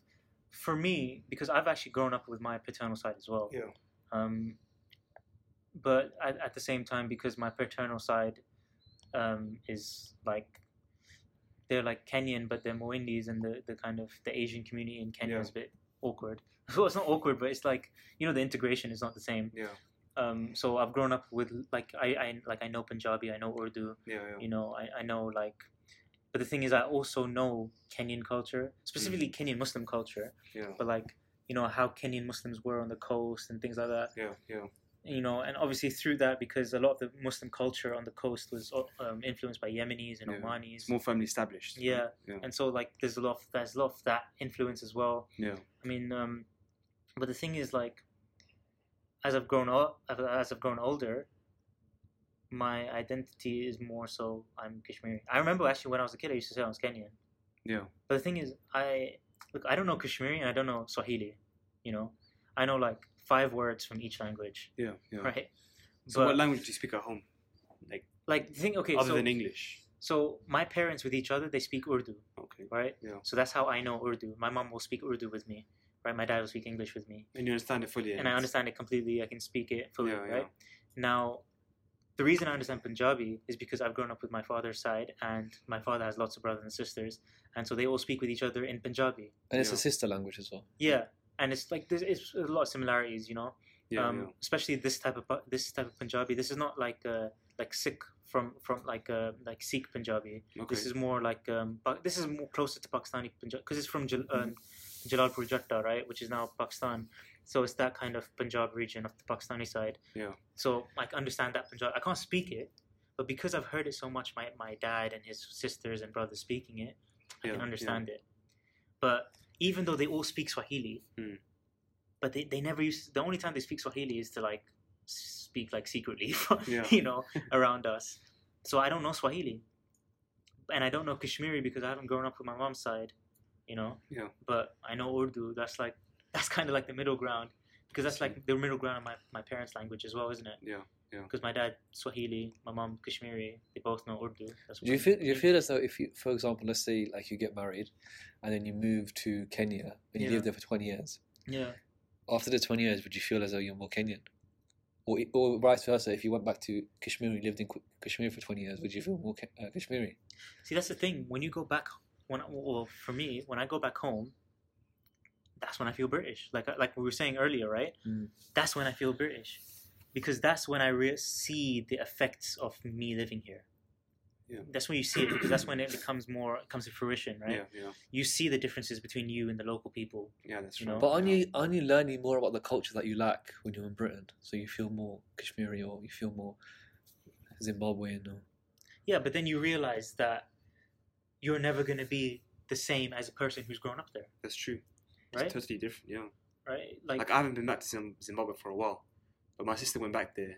for me, because I've actually grown up with my paternal side as well.
Yeah.
Um, but at, at the same time, because my paternal side um, is like, they're like Kenyan, but they're more Indies, and the, the kind of the Asian community in Kenya
Yeah.
is a bit awkward. Well, it's not awkward, but it's like you know the integration is not the same.
yeah,
Um, so I've grown up with like I, I like I know Punjabi, I know Urdu,
yeah, yeah.
you know I, I know like but the thing is i also know kenyan culture
Hmm.
specifically kenyan muslim culture
yeah.
but like you know how kenyan muslims were on the coast and things like that
Yeah, yeah,
you know and obviously through that because a lot of the muslim culture on the coast was um, influenced by yemenis and
Yeah.
omanis
more family established.
yeah.
Yeah.
and so like there's a lot of there's a lot of that influence as well
yeah,
I mean, um, but the thing is, like, as I've grown up, as I've grown older, my identity is more so I'm Kashmiri. I remember actually when I was a kid, I used to say I was Kenyan.
yeah,
But the thing is, I look, I don't know Kashmiri and I don't know Swahili. You know, I know like five words from each language,
yeah, yeah.
right?
So,
but
what language do you speak at home? Like
like the thing, okay,
other
so
than English?
so my parents with each other, they speak Urdu,
Okay.
right?
Yeah.
So that's how I know Urdu. My mom will speak Urdu with me, right? My dad will speak English with me.
And you understand it fully.
and I understand it completely. I can speak it fully,
Yeah, yeah.
right? Now, the reason I understand Punjabi is because I've grown up with my father's side, and my father has lots of brothers and sisters, and so they all speak with each other in Punjabi.
And it's
Yeah.
a sister language as well.
Yeah, and it's like there's it's a lot of similarities, you know.
Yeah,
um, Especially this type of Pu- this type of Punjabi. This is not like uh, like Sikh from from like uh, like Sikh Punjabi.
yeah. Okay.
This is more like um, Pa- this is more closer to Pakistani Punjabi because it's from Jal- um, Jalalpur Jatta, right, which is now Pakistan. So it's that kind of Punjab region of the Pakistani side.
Yeah.
So like understand that Punjab. I can't speak it, but because I've heard it so much, my, my dad and his sisters and brothers speaking it, I
Yeah,
can
yeah.
understand it. But even though they all speak Swahili,
Hmm.
but they, they never use the only time they speak Swahili is to like speak like secretly,
Yeah.
you know, around us. So I don't know Swahili, and I don't know Kashmiri because I haven't grown up with my mom's side, you know.
Yeah.
But I know Urdu. That's like that's kind of like the middle ground because that's like the middle ground of my, my parents' language as well, isn't it?
Yeah, yeah.
Because my dad Swahili, my mom Kashmiri. They both know Urdu. That's
Do you
what-
feel you feel as though if you, for example, let's say like you get married, and then you move to Kenya and you
Yeah.
live there for twenty years.
Yeah.
After the twenty years, would you feel as though you're more Kenyan, or or vice versa? If you went back to Kashmir, and you lived in K- Kashmir for twenty years, would you feel more Ke- uh, Kashmiri?
See, that's the thing. When you go back, when well, for me, when I go back home, that's when I feel British. Like uh, like we were saying earlier, right?
Mm.
That's when I feel British, because that's when I re- see the effects of me living here.
Yeah.
That's when you see it because that's when it becomes more it comes to fruition, right?
yeah, yeah,
You see the differences between you and the local people.
yeah. That's
You
right.
know?
But aren't
yeah.
you aren't you learning more about the culture that you lack when you're in Britain? So you feel more Kashmiri or you feel more Zimbabwean or
Yeah, but then you realize that you're never going to be the same as a person who's grown up there,
That's true.
right?
It's totally different. Yeah.
right? Like,
Like I haven't been back to Zim- Zimbabwe for a while, but my sister went back there,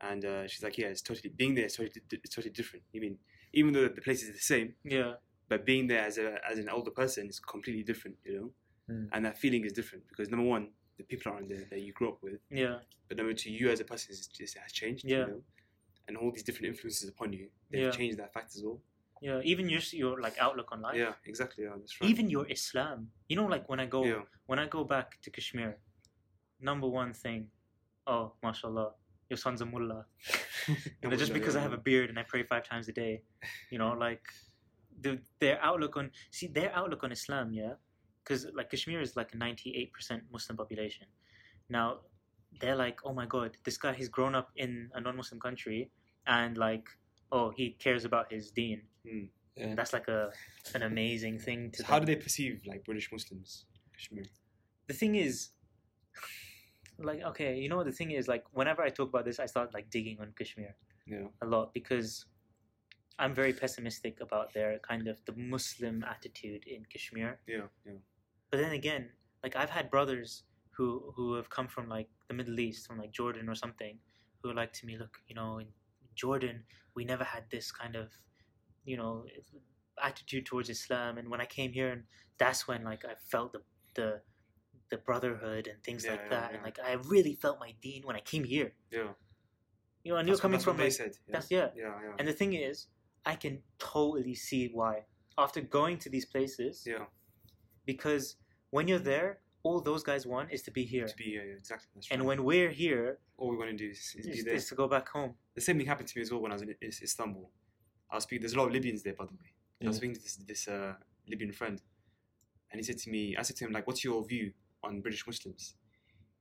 and uh, she's like, "Yeah, it's totally being there. It's totally, di- it's totally different. You mean, even though the place is the same,
yeah,
but being there as a as an older person is completely different. You know,
Hmm.
Mm.
and that feeling is different because number one, the people aren't there that you grew up with,
Yeah.
but number two, you as a person is just has changed.
Yeah.
You know? And all these different influences upon you, they've
Yeah.
changed that fact as well.
Yeah. Even your your like outlook on life.
Yeah, exactly. Yeah, that's right.
Even your Islam. You know, like when I go
yeah,
when I go back to Kashmir, number one thing, oh, mashallah, your son's a mullah. You know, just because I have a beard and I pray five times a day, you know, like the, their outlook on see their outlook on Islam, yeah, because like Kashmir is like a ninety-eight percent Muslim population. Now they're like, oh my god, this guy he's grown up in a non-Muslim country and like, oh, he cares about his deen.
Hmm.
Yeah.
That's like a an amazing thing to.
So how
them.
do they perceive like British Muslims? Kashmir.
the thing is like okay you know what the thing is like whenever i talk about this i start like digging on kashmir
Yeah.
a lot because i'm very pessimistic about their kind of the muslim attitude in kashmir
Yeah. Yeah.
but then again like i've had brothers who who have come from like the middle east from like jordan or something who are like to me look you know in jordan we never had this kind of you know attitude towards islam and when i came here and that's when like i felt the the the brotherhood and things
Yeah,
like
yeah,
that and
yeah.
like i really felt my dean when i came here
Yeah.
you know and
That's
you're
what-
coming
that's what
from
they
like,
said. Yeah.
that's yeah
yeah. Yeah.
and the thing is i can totally see why after going to these places
yeah.
because when you're there, all those guys want is to be here.
To be yeah, yeah, exactly. That's
And
right.
when we're here,
all we want to do is, is be
is,
there.
is to go back home.
The same thing happened to me as well when I was in, in Istanbul. I was speaking. There's a lot of Libyans there, by the way. I was
Yeah.
speaking to this, this uh, Libyan friend, and he said to me, I said to him like, "What's your view on British Muslims?"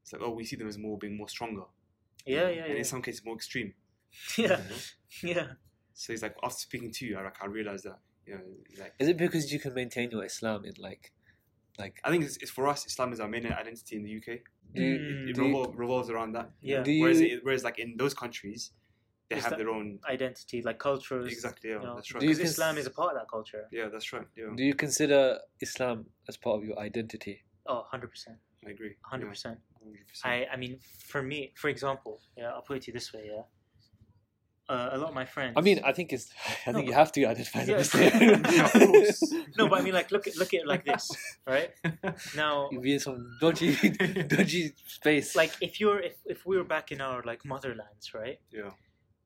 It's like, "Oh, we see them as more being more stronger,
Yeah, yeah,
and Mm-hmm.
yeah,
in some cases more extreme."
yeah, yeah.
So he's like, after speaking to you, I like, I realized that. You know, like
Is it because you can maintain your Islam in like, like
I think it's, it's for us, Islam is our main identity in the UK.
do you,
Mm.
It
do you,
revol- revolves around that.
Yeah.
do you-
Whereas, it, whereas like in those countries, they
It's
have
that-
their own.
Identity, like cultures.
Exactly. Yeah,
you know,
that's right.
Do you
Because
think-
Islam is a part of that culture.
yeah, that's right. Yeah,
do you consider Islam as part of your identity?
Oh, 100%.
I agree. Yeah,
100%.
100%.
I, I mean, for me, for example, yeah, I'll put it to you this way, yeah. Uh, a lot of my friends.
I mean, I think it's. I
No,
think you have to identify them
Yeah.
as there.
Of course.
no, but I mean, like, look at look at it like this, right? Now,
You'll be in some dodgy, dodgy space.
like, if you're if, if we were back in our like motherlands, right?
Yeah.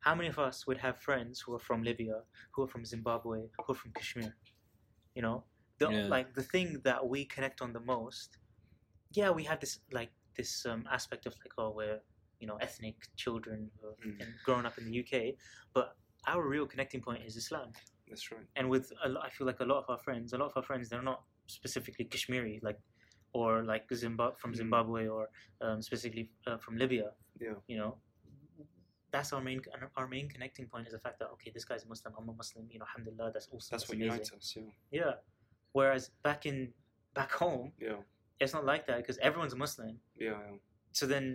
how many of us would have friends who are from Libya, who are from Zimbabwe, who are from Kashmir? You know, the,
Yeah.
like the thing that we connect on the most. Yeah, we have this like this um, aspect of like oh we're you know ethnic children who have
Mm.
been- grown up in the UK, but our real connecting point is Islam.
That's right.
And with a lo- I feel like a lot of our friends, a lot of our friends, they're not specifically Kashmiri like or like Zimbab- from
Mm.
Zimbabwe or um, specifically uh, from Libya
Yeah.
you know that's our main our main connecting point is the fact that okay this guy's muslim i'm a muslim you know alhamdulillah that's awesome
That's what
amazing.
unites us. Yeah.
yeah whereas back in back home
Yeah.
it's not like that because everyone's a muslim
Yeah. yeah.
so then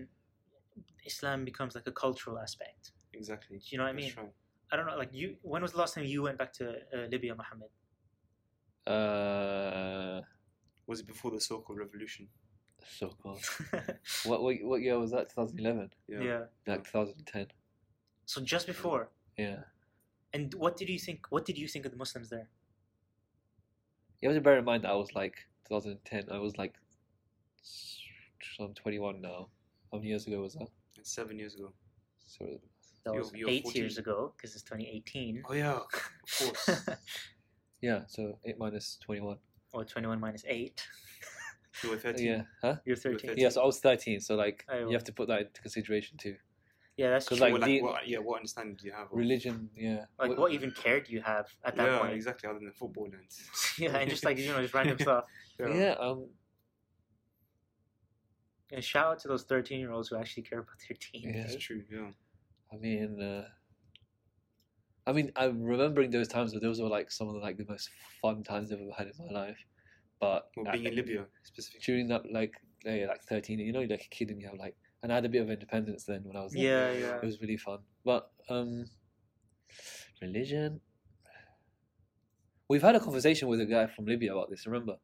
islam becomes like a cultural aspect
Exactly.
do you know what i mean
That's right.
i don't know like you when was the last time you went back to uh, libya Mohammed?
uh,
Was it before the so-called revolution?
so cool. What, what what year was that? 2011,
yeah.
like 2010.
so just before
Yeah,
and what did you think what did you think of the muslims there
you have to bear in mind that I was like 2010. I was like, s- I'm 21 now. How many years ago was that?
That's seven years ago.
So
that
You're-
was
you're
eight
14.
years ago because it's 2018
Oh yeah. Of course.
yeah, so eight minus 21.
or 21 minus 8
you were thirteen.
Yeah, huh?
you're
You're
13
Yeah, so I was 13. So like,
Oh,
you have to put that into consideration too.
yeah that's true
'Cause,
Like,
Like
what, like
the-
what, yeah. What understanding do you have? Of,
Religion, yeah.
like
Wh-
what, even care do you have at that
yeah.
point
Exactly. Other than football and.
yeah and just like you know just random stuff
Yeah, um,
and shout out to those 13 year olds who actually care about their team
Yeah.
That's true. Yeah.
I mean, uh, I mean, I'm remembering those times, but those were like some of the, like the most fun times I've ever had in my life. But
Well,
I-
being in Libya specifically.
during that, like, yeah, yeah, like 13, you know, you're like a kid and you have like, and I had a bit of independence then when I was, like,
yeah yeah
it was really fun. But um, religion. We've had a conversation with a guy from Libya about this. Remember,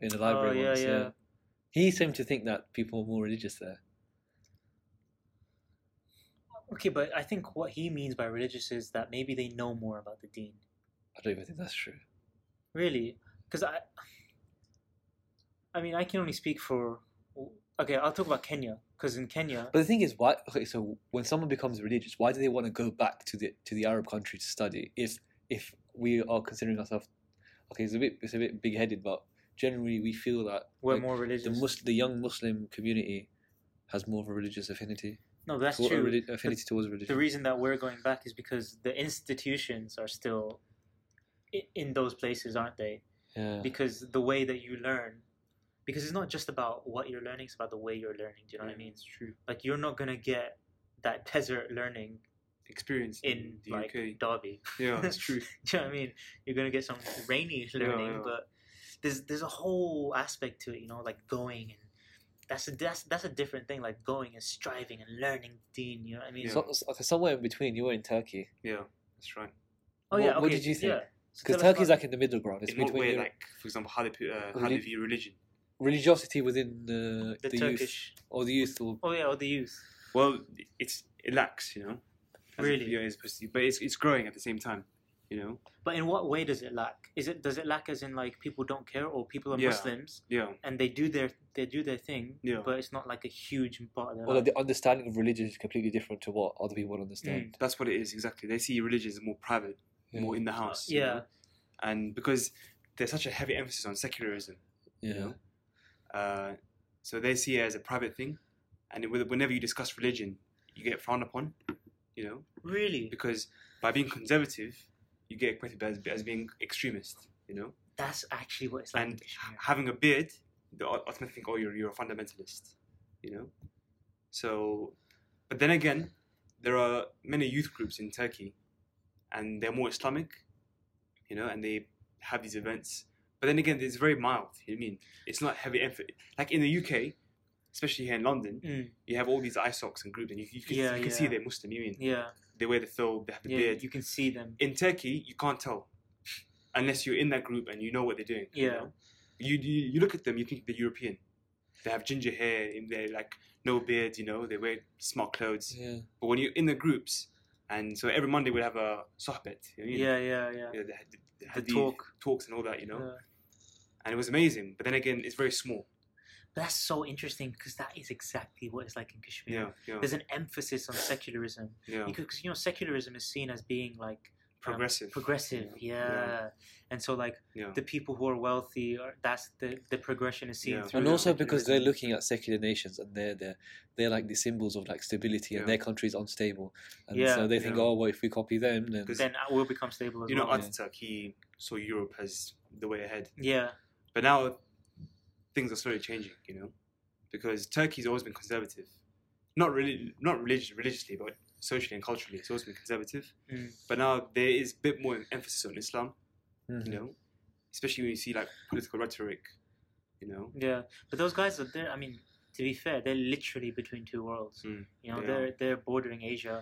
in the library
Oh, yeah,
once.
yeah.
yeah. He seemed to think that people are more religious there.
okay but i think what he means by religious is that maybe they know more about the dean
I don't even think that's true.
really because i I mean, I can only speak for. Okay, I'll talk about Kenya because in Kenya,
But the thing is, why? Okay, so when someone becomes religious, why do they want to go back to the to the Arab country to study? If if we are considering ourselves, okay, it's a bit it's a bit big headed, but generally we feel that
we're
like,
more religious.
the Mus- the young Muslim community has more of a religious affinity,
no, that's
toward- a
true.
reli-
But
affinity towards religion.
the reason that we're going back is because the institutions are still i- in those places, aren't they?
yeah.
Because the way that you learn, because it's not just about what you're learning; it's about the way you're learning. Do you know what I mean?
It's true.
Like you're not gonna get that desert learning
Experience
in
the
like
UK.
Derby.
Yeah, it's true.
Do you know what I mean? You're gonna get some rainy learning,
yeah.
but there's there's a whole aspect to it, you know, like going and that's a that's that's a different thing, like going and striving and learning Dean, you know what I mean?
Yeah.
So, okay, somewhere in between, you were in Turkey
Yeah, that's right.
oh
what-
yeah,
what
okay,
did you think?
yeah. So
because
tell us
Turkey's
about-
like in the middle ground. It's
in what
between
way,
Europe-
like for example, how they put, uh, how
Reli-
they view religion.
religiosity within the
the,
the, youth
Turkish
or the youth or
Oh yeah, or the youth.
Well, it's it lacks, you know. as
Really?
the is supposed to, but it's it's growing at the same time, you know.
But in what way does it lack? Is it does it lack as in like people don't care or people are
Yeah.
Muslims
Yeah,
and they do their they do their thing,
Yeah.
but it's not like a huge part of their
or
life.
like the understanding of religion is completely different to what other people
Mm.
understand.
that's what it is exactly. They see religion as more private,
Yeah.
more in the house. you
yeah.
know? and because there's such a heavy emphasis on secularism,
Yeah.
you know, uh, so they see it as a private thing, and it, whenever you discuss religion, you get frowned upon, you know,
Really?
because by being conservative, you get equated as, as being extremist, you know.
That's actually what it's like. in
and
Kashmir.
having a beard, they au- automatically think, oh, you're, you're a fundamentalist, you know? So, but then again, there are many youth groups in Turkey and they're more Islamic, you know, and they have these events. But then again, it's very mild, you know what I mean? It's not heavy effort. Like in the UK, especially here in London,
Mm,
you have all these ISOCs and groups and you, you can,
Yeah,
you can
yeah.
see they're Muslim, you know what I mean?
yeah.
They wear the thobe, they have the
Yeah,
beard.
you can see them.
in Turkey, you can't tell unless you're in that group and you know what they're doing. you
Yeah.
know? You, you you look at them, you think they're European. They have ginger hair, and they're like no beard, you know. They wear smart clothes.
Yeah.
But when you're in the groups, and so every Monday we'll have a sohbet. You know,
Yeah, yeah, yeah. Uh,
You know, they had, they had
The talk.
talks and all that, you know.
Yeah.
And it was amazing. But then again, it's very small.
That's so interesting because that is exactly what it's like in Kashmir.
Yeah, yeah,
There's an emphasis on secularism
yeah.
because you know secularism is seen as being like um,
Progressive.
progressive, yeah.
Yeah, yeah.
And so like
yeah.
the people who are wealthy, are, that's the the progression is seen
Yeah.
through.
And
the
also because they're
secularism.
looking at secular nations and they're they're they're like the symbols of like stability and
Yeah.
their country's unstable. And
Yeah.
so they think,
Yeah.
oh well if we copy them then
then we'll become stable as
you know,
well.
Ataturk, he saw Europe as the way ahead.
Yeah,
But now things are slowly changing, you know, because Turkey's always been conservative, not really, not religious, religiously, but socially and culturally, it's always been conservative.
Mm.
But now there is a bit more emphasis on Islam,
Mhm.
Mm.
you know, especially when you see like political rhetoric, you know.
yeah. But those guys are there. I mean, to be fair, they're literally between two worlds.
Mm,
You know,
they
they're they're bordering Asia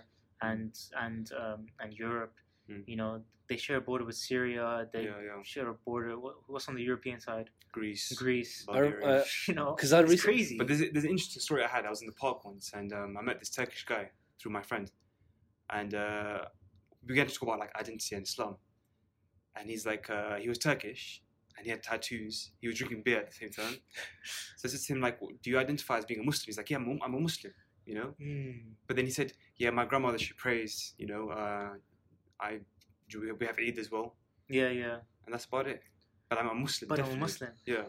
and and um, and Europe.
Mm.
You know, they share a border with Syria. They
yeah, yeah,
share a border. What, what's on the European side?
Greece,
Greece.
I rem-
Bulgaria.
uh,
You know,
'cause I
it's
recent-
crazy.
But there's, there's an interesting story I had. I was in the park once, and um, I met this Turkish guy through my friend, and uh, we began to talk about like identity and Islam. And he's like, uh, he was Turkish, and he had tattoos. He was drinking beer at the same time. so I said to him like, "Do you identify as being a Muslim?" He's like, "Yeah, I'm a, I'm a Muslim," you know.
Mm.
But then he said, "Yeah, my grandmother she prays, you know. Uh, I do we have Eid as well,
Yeah, yeah.
and that's about it. But I'm a Muslim.
But I'm a
definitely.
Muslim.
Yeah,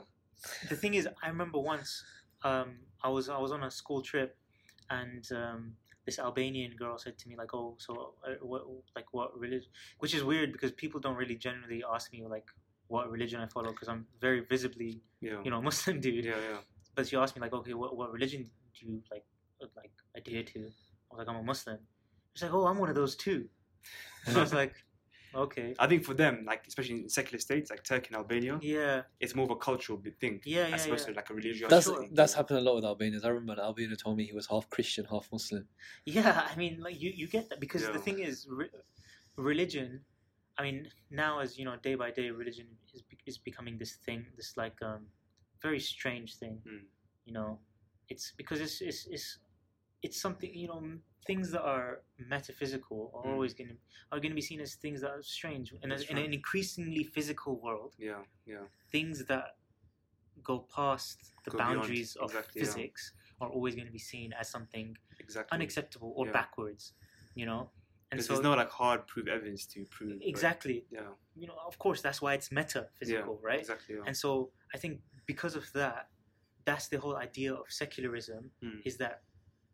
The thing is, I remember once um, I was I was on a school trip, and um, this Albanian girl said to me like, "Oh, so uh, what? Like what religion?" Which is weird because people don't really generally ask me like what religion I follow because I'm very visibly
yeah,
you know Muslim dude.
yeah, yeah.
But she asked me like, "Okay, what what religion do you like uh, like adhere to?" I was like, "I'm a Muslim." She's like, "Oh, I'm one of those too," and I was like, "Okay."
I think for them, like especially in secular states like Turkey and Albania,
Yeah,
it's more of a cultural bit thing
yeah, yeah.
as opposed
yeah.
to like a religious
that's
thing.
that's happened a lot with Albanians. I remember an Albanian told me he was half Christian, half Muslim.
Yeah, I mean, like you, you get that because the
Yeah.
thing is, re- religion. I mean, now as you know, day by day, religion is be- is becoming this thing, this like um, very strange thing.
Mm.
You know, it's because it's it's it's it's something you know m- things that are metaphysical are
Mm.
always going to are going to be seen as things that are strange in, a,
That's
in an
right.
increasingly physical world
Yeah, yeah,
things that go past the
Go beyond,
boundaries of
exactly, yeah.
physics are always going to be seen as something
Exactly.
unacceptable or
Yeah.
backwards, you know? And
'Cause
so,
there's no like hard proof evidence to prove. like-
exactly,
yeah.
you know, of course, that's why it's meta physical, right?
Exactly. Yeah.
And so I think because of that, that's the whole idea of secularism
Mm.
is that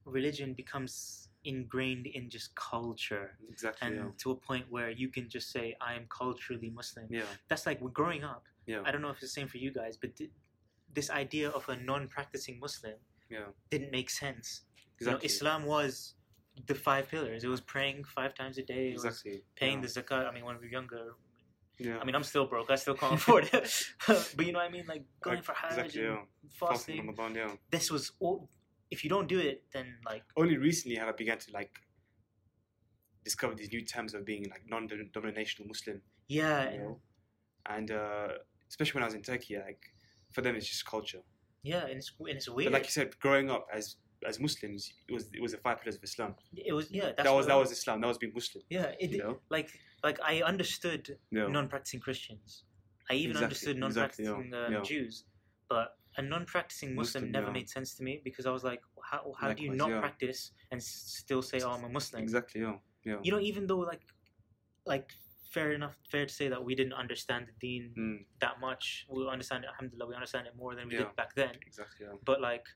religion becomes ingrained in just culture.
exactly.
And to a point where you can just say, I am culturally Muslim.
yeah.
That's like when growing up.
Yeah.
I don't know if it's the same for you guys, but th- this idea of a non practicing Muslim
Yeah. Yeah.
didn't make sense. You know,
Exactly.
Islam was the five pillars. It was praying five times a day. It was
Exactly.
paying
yeah.
the zakat. I mean, when we were younger,
Yeah.
I mean, I'm still broke. I still can't afford it. but you know what I mean? Like going for Hajj
exactly.
and
Yeah. Fasting
fasting.
Ramadan. Yeah.
This was all. If you don't do it, then like
Only recently have I began to like discover these new terms of being like non-denominational Muslim.
yeah,
you
and,
know? And uh, especially when I was in Turkey, like for them it's just culture.
yeah, and it's and it's weird.
But like you said, growing up as as Muslims, it was it was the five pillars of Islam.
it was yeah. That's
That was
what-
that was Islam. That was being Muslim.
yeah. It,
you know?
like like I understood
Yeah.
non-practicing Christians. I even
Exactly,
understood
exactly,
non-practicing
yeah,
um,
yeah.
Jews, but a non-practicing Muslim,
Muslim,
never
yeah.
made sense to me because I was like, how, how do you
Likewise,
not
yeah.
practice and s- still say, oh, I'm a Muslim?
Exactly. Yeah. Yeah.
You know, even though like like fair enough, fair to say that we didn't understand the Deen
Mm,
that much. We understand it, alhamdulillah, we understand it more than we
Yeah.
did back then.
exactly. Yeah.
But like,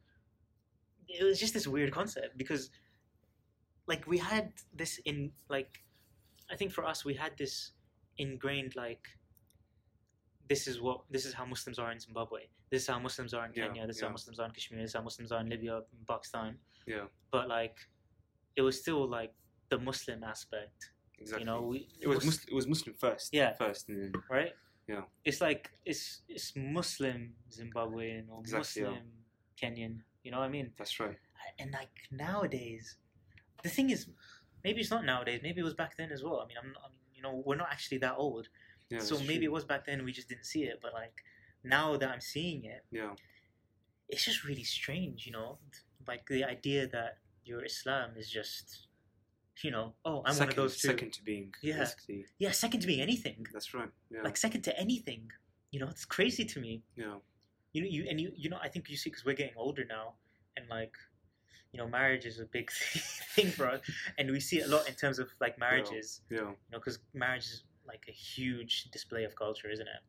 it was just this weird concept because, like, we had this in like, I think for us we had this ingrained like. This is what this is how Muslims are in Zimbabwe. This is how Muslims are in
Yeah,
Kenya. This is how
yeah.
Muslims are in Kashmir. This is how Muslims are in Libya, in Pakistan.
Yeah.
But like, it was still like the Muslim aspect.
Exactly.
You know, we,
it was
Mus-
Muslim, it was Muslim first.
Yeah.
First. And then,
right?
Yeah.
It's like it's it's Muslim Zimbabwean or
Exactly, yeah.
Muslim Kenyan. You know what I mean?
that's right.
And like nowadays, the thing is, maybe it's not nowadays. Maybe it was back then as well. I mean, I'm, I'm you know we're not actually that old,
Yeah.
so
that's
maybe it
true.
was back then. We just didn't see it, but like now that I'm seeing it,
Yeah.
it's just really strange. You know, like the idea that your Islam is just, you know, oh, I'm
second,
one of those two.
second to being.
Yeah.
Basically.
Yeah, second to me anything.
That's right. Yeah.
Like second to anything. You know, it's crazy to me.
yeah.
you know, you and you, you know, I think you see because we're getting older now, and like, you know, marriage is a big thing for us, and we see it a lot in terms of like marriages,
Yeah.
you know, because marriage is like a huge display of culture, isn't it?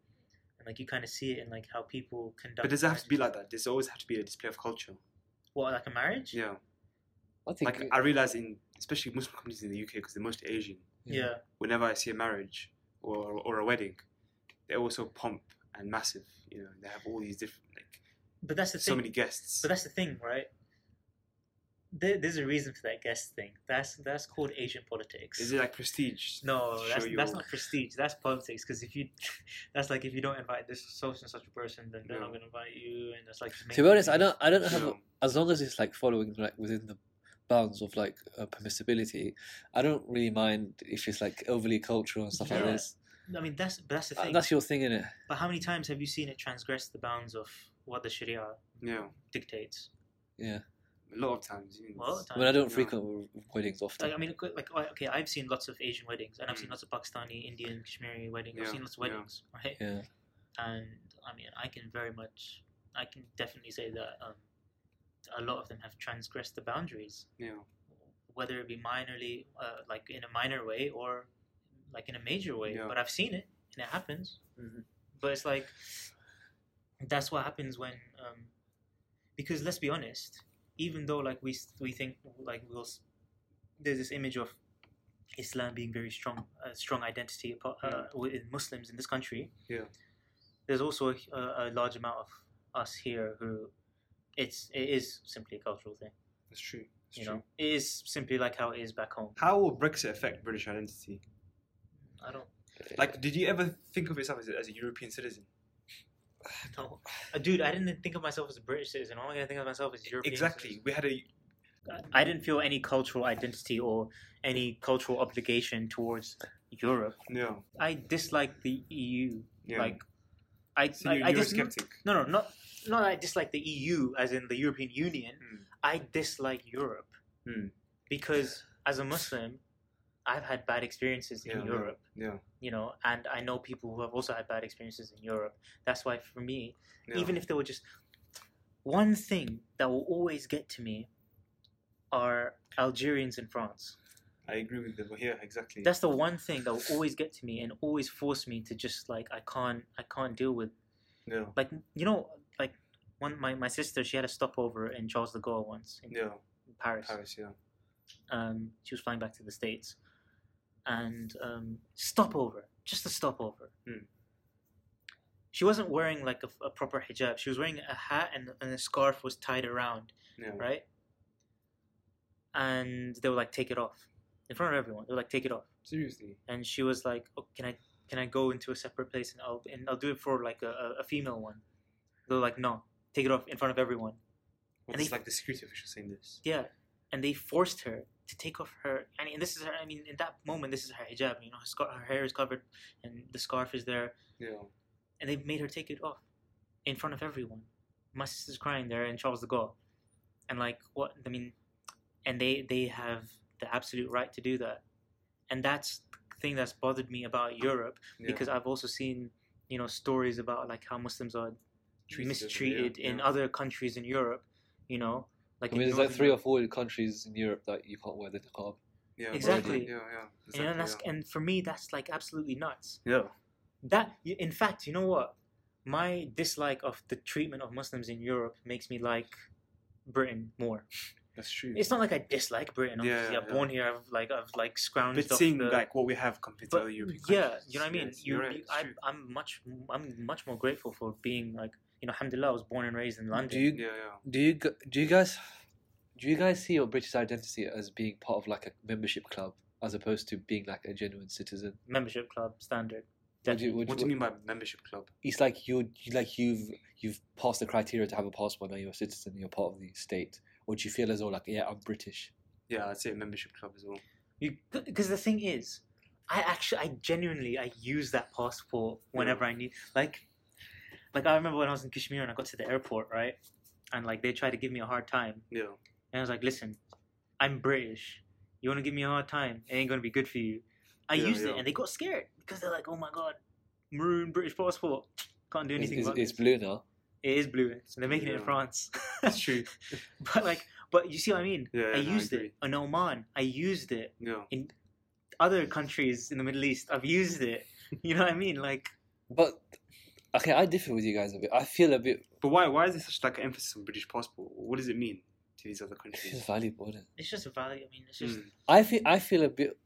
And like you kind of see it in like how people conduct.
But does it have to be
marriages.
like that? Does it always have to be a display of culture?
what, like a marriage?
Yeah.
I think
Like I realize in especially Muslim communities in the UK because they're most Asian.
yeah,
Whenever I see a marriage or or a wedding, they're also pomp and massive. You know, they have all these different like
but that's the
so
thing.
many guests.
But that's the thing, right? There, there's a reason for that guest thing. That's that's called Asian politics.
Is it like prestige?
No,
to
that's,
show
that's
your-
not prestige. That's politics. Because if you, that's like if you don't invite this such and such a person, then they're
Yeah.
not gonna invite you, and that's like. just
to
making
be honest, I
things-
don't I don't have a,
Yeah.
as long as it's like following like within the bounds of like uh, permissibility. I don't really mind if it's like overly cultural and stuff like
Yeah.
this.
I mean, that's but that's the
Uh,
thing.
that's your thing, innit?
But how many times have you seen it transgress the bounds of what the Sharia
Yeah.
dictates?
Yeah.
A lot of times. You know,
Well,
I mean, I don't
Yeah.
frequent weddings often.
Like, I mean, like, like, okay, I've seen lots of Asian weddings, and I've seen
Mm.
lots of Pakistani, Indian, Kashmiri weddings. I've
Yeah,
seen lots of
yeah.
weddings, right?
yeah.
And I mean, I can very much, I can definitely say that um, a lot of them have transgressed the boundaries.
yeah.
whether it be minorly, uh, like in a minor way or like in a major way.
Yeah.
But I've seen it and it happens.
Mhm.
But it's like that's what happens when, um, because let's be honest, even though like we s- we think like we'll s- there's this image of Islam being very strong, uh, strong identity apo- uh,
Yeah.
within Muslims in this country.
Yeah.
there's also a, a large amount of us here who it's it is simply a cultural thing
That's true. That's
you
true.
know it is simply like how it is back home
How will Brexit affect British identity?
i don't
Like, did you ever think of yourself as a, as a European citizen?
know Uh, dude i didn't think of myself as a british citizen all i think of myself as european
exactly.
citizen.
We had a
i didn't feel any cultural identity or any cultural obligation towards europe
yeah.
i dislike the eu
Yeah.
like i
so
I,
you're
I
you're a
dis-
skeptic.
no no not not that i dislike the eu as in the european union
Mm.
i dislike europe
Hmm.
because as a muslim I've had bad experiences in
Yeah.
Europe.
Yeah.
you know, and I know people who have also had bad experiences in Europe. That's why, for me,
yeah.
even if there were just one thing that will always get to me are Algerians in France.
I agree with them. Yeah, exactly.
That's the one thing that will always get to me and always force me to just like I can't I can't deal with
yeah.
like you know like one my, my sister she had a stopover in Charles de Gaulle once in
Yeah.
Paris.
Paris. Yeah.
um, she was flying back to the states, and um, stopover, just a stopover.
Hmm.
She wasn't wearing like a, a proper hijab. She was wearing a hat and, and a scarf was tied around,
Yeah.
right? And they were like, "Take it off," in front of everyone. They were like, "Take it off,"
Seriously.
and she was like, oh, "Can I can I go into a separate place and I'll and I'll do it for like a, a, a female one?" They were like, "No, take it off in front of everyone."
Well,
And
it's
they-
like the security official saying this.
Yeah, and they forced her to take off her. I mean, this is her. I mean, in that moment, this is her hijab. You know, her, scar- her hair is covered, and the scarf is there,
Yeah.
and they made her take it off in front of everyone. My sister's crying there, and Charles de Gaulle, and like what I mean, and they they have the absolute right to do that, and that's the thing that's bothered me about Europe
yeah.
because I've also seen you know stories about like how Muslims are
Treated as- yeah,
mistreated in
yeah.
other countries in Europe. You know, like
I mean,
in
there's like
Northern-
three or four countries in Europe that you can't wear the niqab.
yeah,
exactly.
Yeah. Yeah.
You
Exactly,
know, and, that's, and for me, that's like absolutely nuts.
yeah.
That, in fact, you know what? My dislike of the treatment of Muslims in Europe makes me like Britain more.
That's true.
It's not like I dislike Britain.
Yeah,
Obviously, I've
yeah.
born here. I've like I've like scrounged.
but
off
seeing
the,
like what we have compared to
but
other European
yeah,
countries.
you know what I mean.
Yes,
you
you're right.
you-
it's
I,
true.
I'm much I'm much more grateful for being like you know. Alhamdulillah, I was born and raised in London.
Do you
yeah.
do you g- do you guys do you guys see your British identity as being part of like a membership club as opposed to being like a genuine citizen?
Membership club standard.
Would
Definitely.
you-
Yeah.
would
What do you mean by membership club?
It's like you you- like you've you've passed the criteria to have a passport. Now you're a citizen. You're part of the state. Or do you feel as though like yeah, I'm British?
Yeah, I'd say a membership club as well.
You because the thing is, I actually, I genuinely, I use that passport whenever I need. Like, like I remember when I was in Kashmir and I got to the airport, right? And like they tried to give me a hard time,
Yeah.
and I was like, "Listen, I'm British. You want to give me a hard time? It ain't gonna be good for you." I
Yeah,
used
yeah.
it, and they got scared because they're like, "Oh my god, maroon British passport, can't do
It's,
anything."
it's,
about
it's
this."
blue now.
It is blue. So they're making it in
Yeah.
France.
That's true.
but like, but you see what I mean? I
Yeah, no, I
used it
agree.
in Oman. I used it
Yeah.
other countries in the Middle East. I've used it. You know what I mean? Like,
But okay, I differ with you guys a bit. I feel a bit
But why? Why is there such like an emphasis on British passport? What does it mean to these other
it's
countries?
just valuable. Isn't it?
it's just a value. I mean, it's just.
Mm.
I feel I feel a bit.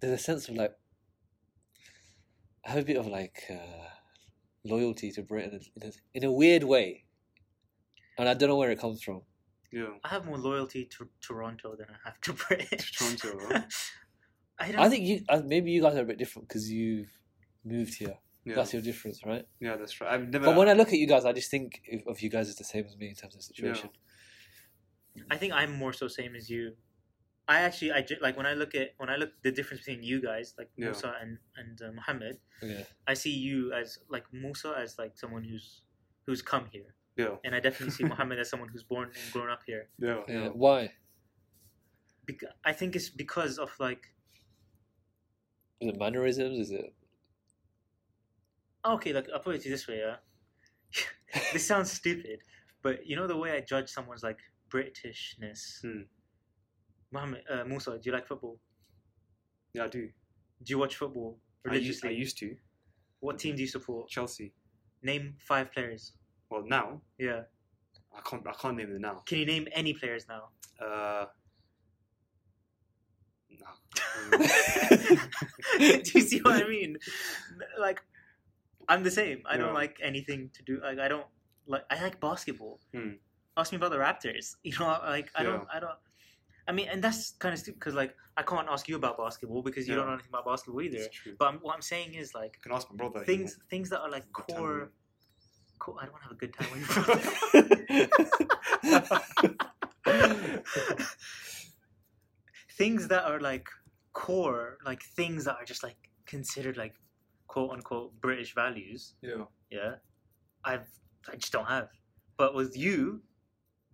There's a sense of like I have a bit of like uh, loyalty to Britain in a, in a weird way, and I don't know where it comes from.
Yeah.
I have more loyalty to Toronto than I have to Britain.
To Toronto, huh?
I don't.
I think you uh, maybe you guys are a bit different because you've moved here.
Yeah.
That's your difference, right?
yeah. That's right. I've never.
But when I look at you guys, I just think of- of you guys as the same as me in terms of situation.
I think I'm more so same as you. I actually, I ju- like when I look at when I look the difference between you guys, like
Yeah.
Musa and and uh, Muhammad.
Yeah.
I see you as like Musa as like someone who's who's come here,
yeah.
and I definitely see Muhammad as someone who's born and grown up here.
Yeah.
Yeah. Why?
Bec- I think it's because of like
Is it mannerisms? Is it
Okay, look, I'll put it to you this way, yeah. this sounds stupid, but you know the way I judge someone's like Britishness.
Hmm.
Mohammed, uh, Musa, do you like football?
Yeah. I do.
Do you watch football
I used,
religiously?
I used to
What team do you support?
Chelsea.
Name five players.
Well, now
Yeah.
I can't. I can't name them now.
Can you name any players now?
Uh.
do
No.
you see what I mean? Like, I'm the same. I
Yeah.
don't like anything to do. Like, I don't like. I like basketball.
Hmm.
Ask me about the Raptors. You know, like I don't.
Yeah.
I don't. I mean, and that's kind of stupid because like I can't ask you about basketball because you
Yeah.
don't know anything about basketball either.
It's true.
But I'm, what I'm saying is like
I can ask my brother. he
things things that are like
won't-
core. core I don't want to have a good time with things that are like core, like things that are just like considered like quote unquote British values.
Yeah.
Yeah, I've I just don't have. But with you,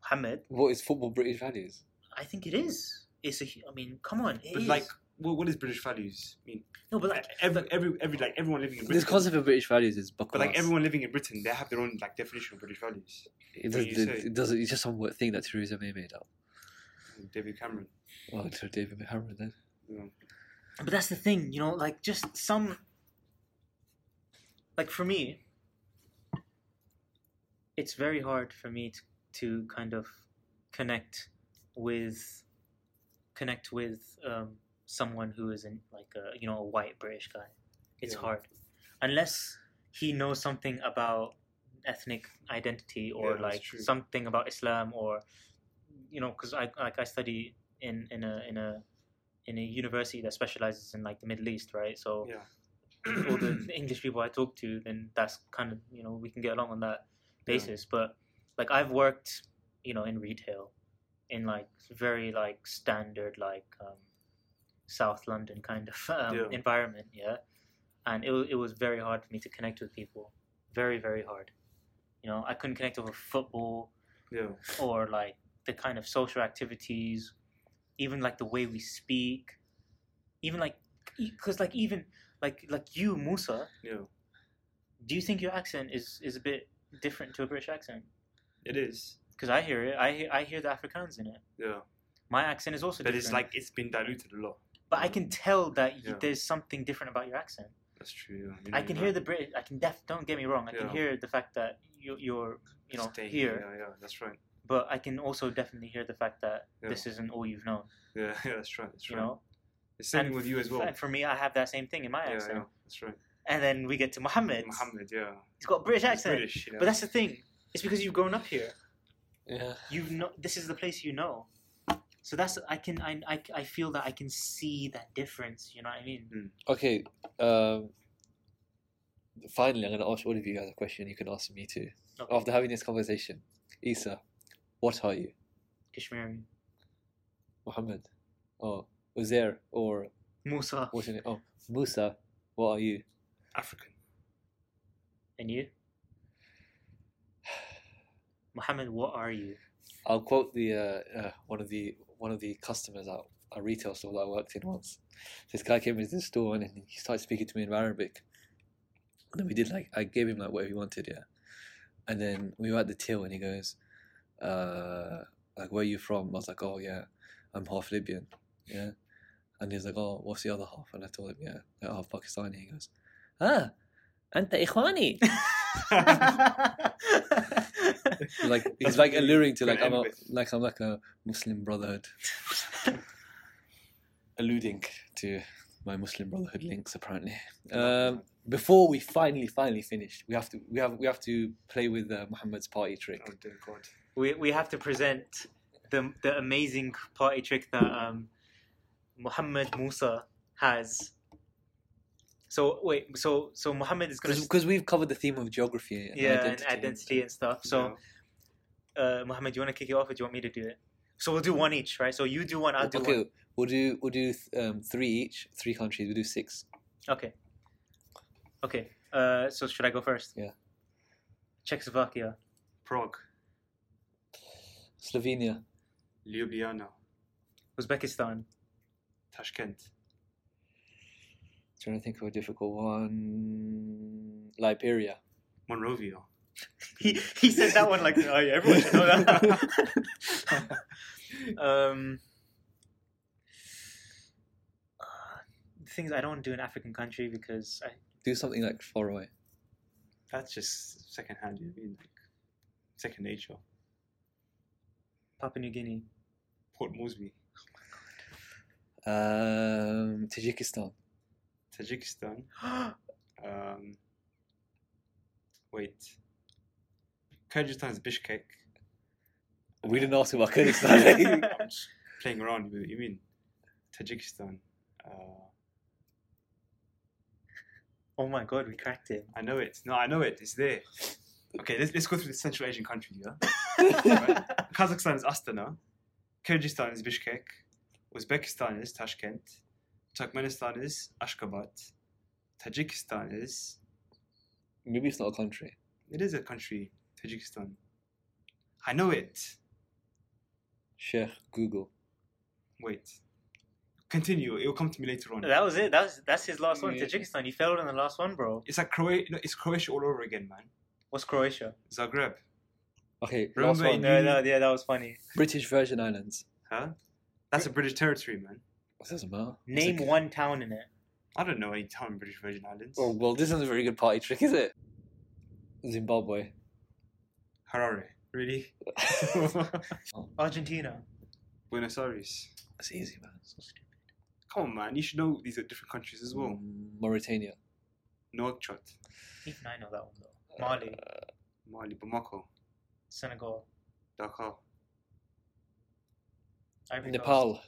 Mohammed,
what is football British values?
I think it is. It's a. hu- I mean, come on, it
But
is.
like, what, what is British values mean?
No, but
Like every, every, every, like everyone living in Britain.
This concept of British values is buckle.
but like
ass.
everyone living in Britain, they have their own like definition of British values.
it
what
doesn't.
you
It,
say.
it doesn't. It's just some word thing that Theresa May made up.
David Cameron.
Well, to David Cameron then.
You know.
but that's the thing, you know, like just some like for me it's very hard for me to, to kind of connect with connect with um, someone who isn't like a you know a white British guy. It's
Yeah.
hard unless he knows something about ethnic identity
Yeah,
or
that's
like
true.
something about Islam or you know because I like I study in in a in a in a university that specializes in like the Middle East, right? So
Yeah.
all the English people I talk to, then that's kind of you know we can get along on that basis. But like I've worked, you know, in retail, in like very like standard like um, South London kind of um,
Yeah.
environment, yeah. And it wa- it was very hard for me to connect with people, very very hard. You know, I couldn't connect over football
Yeah.
or like the kind of social activities, even like the way we speak, even like because like even like like you Musa,
Yeah.
do you think your accent is is a bit different to a British accent?
It is.
Because I hear it, I hear, I hear the Afrikaans in it.
Yeah.
My accent is also
But
different,
it's like it's been diluted a lot.
but I can tell that y
Yeah.
there's something different about your accent.
That's true. Yeah. You
I
know,
can
you
hear
know.
the British. I can def. Don't get me wrong. I can
Yeah.
hear the fact that you, you're you know
Staying,
here,
Yeah, yeah, that's right.
but I can also definitely hear the fact that
Yeah.
this isn't all you've known.
Yeah, yeah, that's right. That's
You
right.
know,
It's same
And
with you as
f-
well.
And for me, I have that same thing in my
Yeah,
accent.
yeah, that's right.
And then we get to Mohammed.
Muhammad, yeah.
He's got a British
It's
accent.
British, you know.
But that's the thing. It's because you've grown up here.
Yeah.
You've know this is the place you know. So that's I can I, I, I feel that I can see that difference. You know what I mean?
Okay. Um. Finally, I'm going to ask all of you guys a question. You can ask me too.
Okay.
After having this conversation, Isa, what are you?
Kashmiri,
Muhammad, or Uzair, or
Musa,
what's your name? Oh, Musa, what are you?
African.
and you. Mohammed, what are you?
I'll quote the uh, uh, one of the one of the customers at a retail store that I worked in once. This guy came into the store and he started speaking to me in Arabic. And then we did like I gave him like whatever he wanted, yeah. And then we were at the till and he goes, uh, like where are you from? I was like, oh yeah, I'm half Libyan, yeah. And he's like, oh, what's the other half? And I told him, yeah, like half Pakistani. He goes, ah, anta ikhwani. like he's
That's what
like
you-
alluring to
you're
like I'm
gonna
a,
end with.
like I'm like a Muslim Brotherhood, alluding to my Muslim Brotherhood links apparently.
Oh,
Um, before we finally finally finish, we have to we have we have to play with uh, Muhammad's party trick.
Oh dear God.
we we have to present the the amazing party trick that um Muhammad Musa has. So wait, so so Muhammad is gonna
Because we've covered the theme of geography and
yeah
identity.
and identity and stuff. So uh, Muhammad, do you want to kick it off, or do you want me to do it? So we'll do one each, right? So you do one, I'll do
okay,
one.
we'll do we'll do th- um, three each, three countries. We'll do six.
Okay. Okay. Uh, so should I go first?
Yeah.
Czechoslovakia,
Prague,
Slovenia,
Ljubljana,
Uzbekistan,
Tashkent,
trying to think of a difficult one. Liberia.
Monrovia,
he he said that one like, oh yeah, everyone should know that. um, uh, things I don't want to do in African country because I,
Do something like far away.
That's just second hand, you know what I mean? Like second nature.
Papua New Guinea,
Port Moresby,
Um, Tajikistan.
Tajikistan.
Oh
Um, wait. Kyrgyzstan is Bishkek.
We didn't ask about Kurdistan.
I'm just playing around with it. You mean Tajikistan? Uh,
oh my god, we cracked it.
I know it. No, I know it. It's there. Okay, let's, let's go through the Central Asian countries. Yeah? Kazakhstan is Astana. Kyrgyzstan is Bishkek. Uzbekistan is Tashkent. Turkmenistan is Ashgabat. Tajikistan is.
Maybe it's not a country.
It is a country, Tajikistan. I know it.
Sheikh Google.
Wait. Continue. It'll come to me later on.
That was it. That was that's his last one.
Yeah.
Tajikistan. He failed on the last one, bro.
It's like Croatia. No, it's Croatia all over again, man.
What's Croatia?
Zagreb,
Okay, last
Remember
one.
in-
No, no, yeah, that was funny.
British Virgin Islands.
huh? That's a British territory, man.
It doesn't matter. It's
Name
okay.
one town in it.
I don't know any town in British Virgin Islands.
Oh, well, this isn't a very good party trick, is it? Zimbabwe.
Harare, really?
Argentina.
Buenos Aires.
That's easy, man. It's so stupid.
Come on, man. You should know these are different countries as well.
Mauritania.
Nouakchott,
Even I know that one though. Mali,
Mali, Bamako,
Senegal,
Dakar,
Ivory Coast,
Nepal.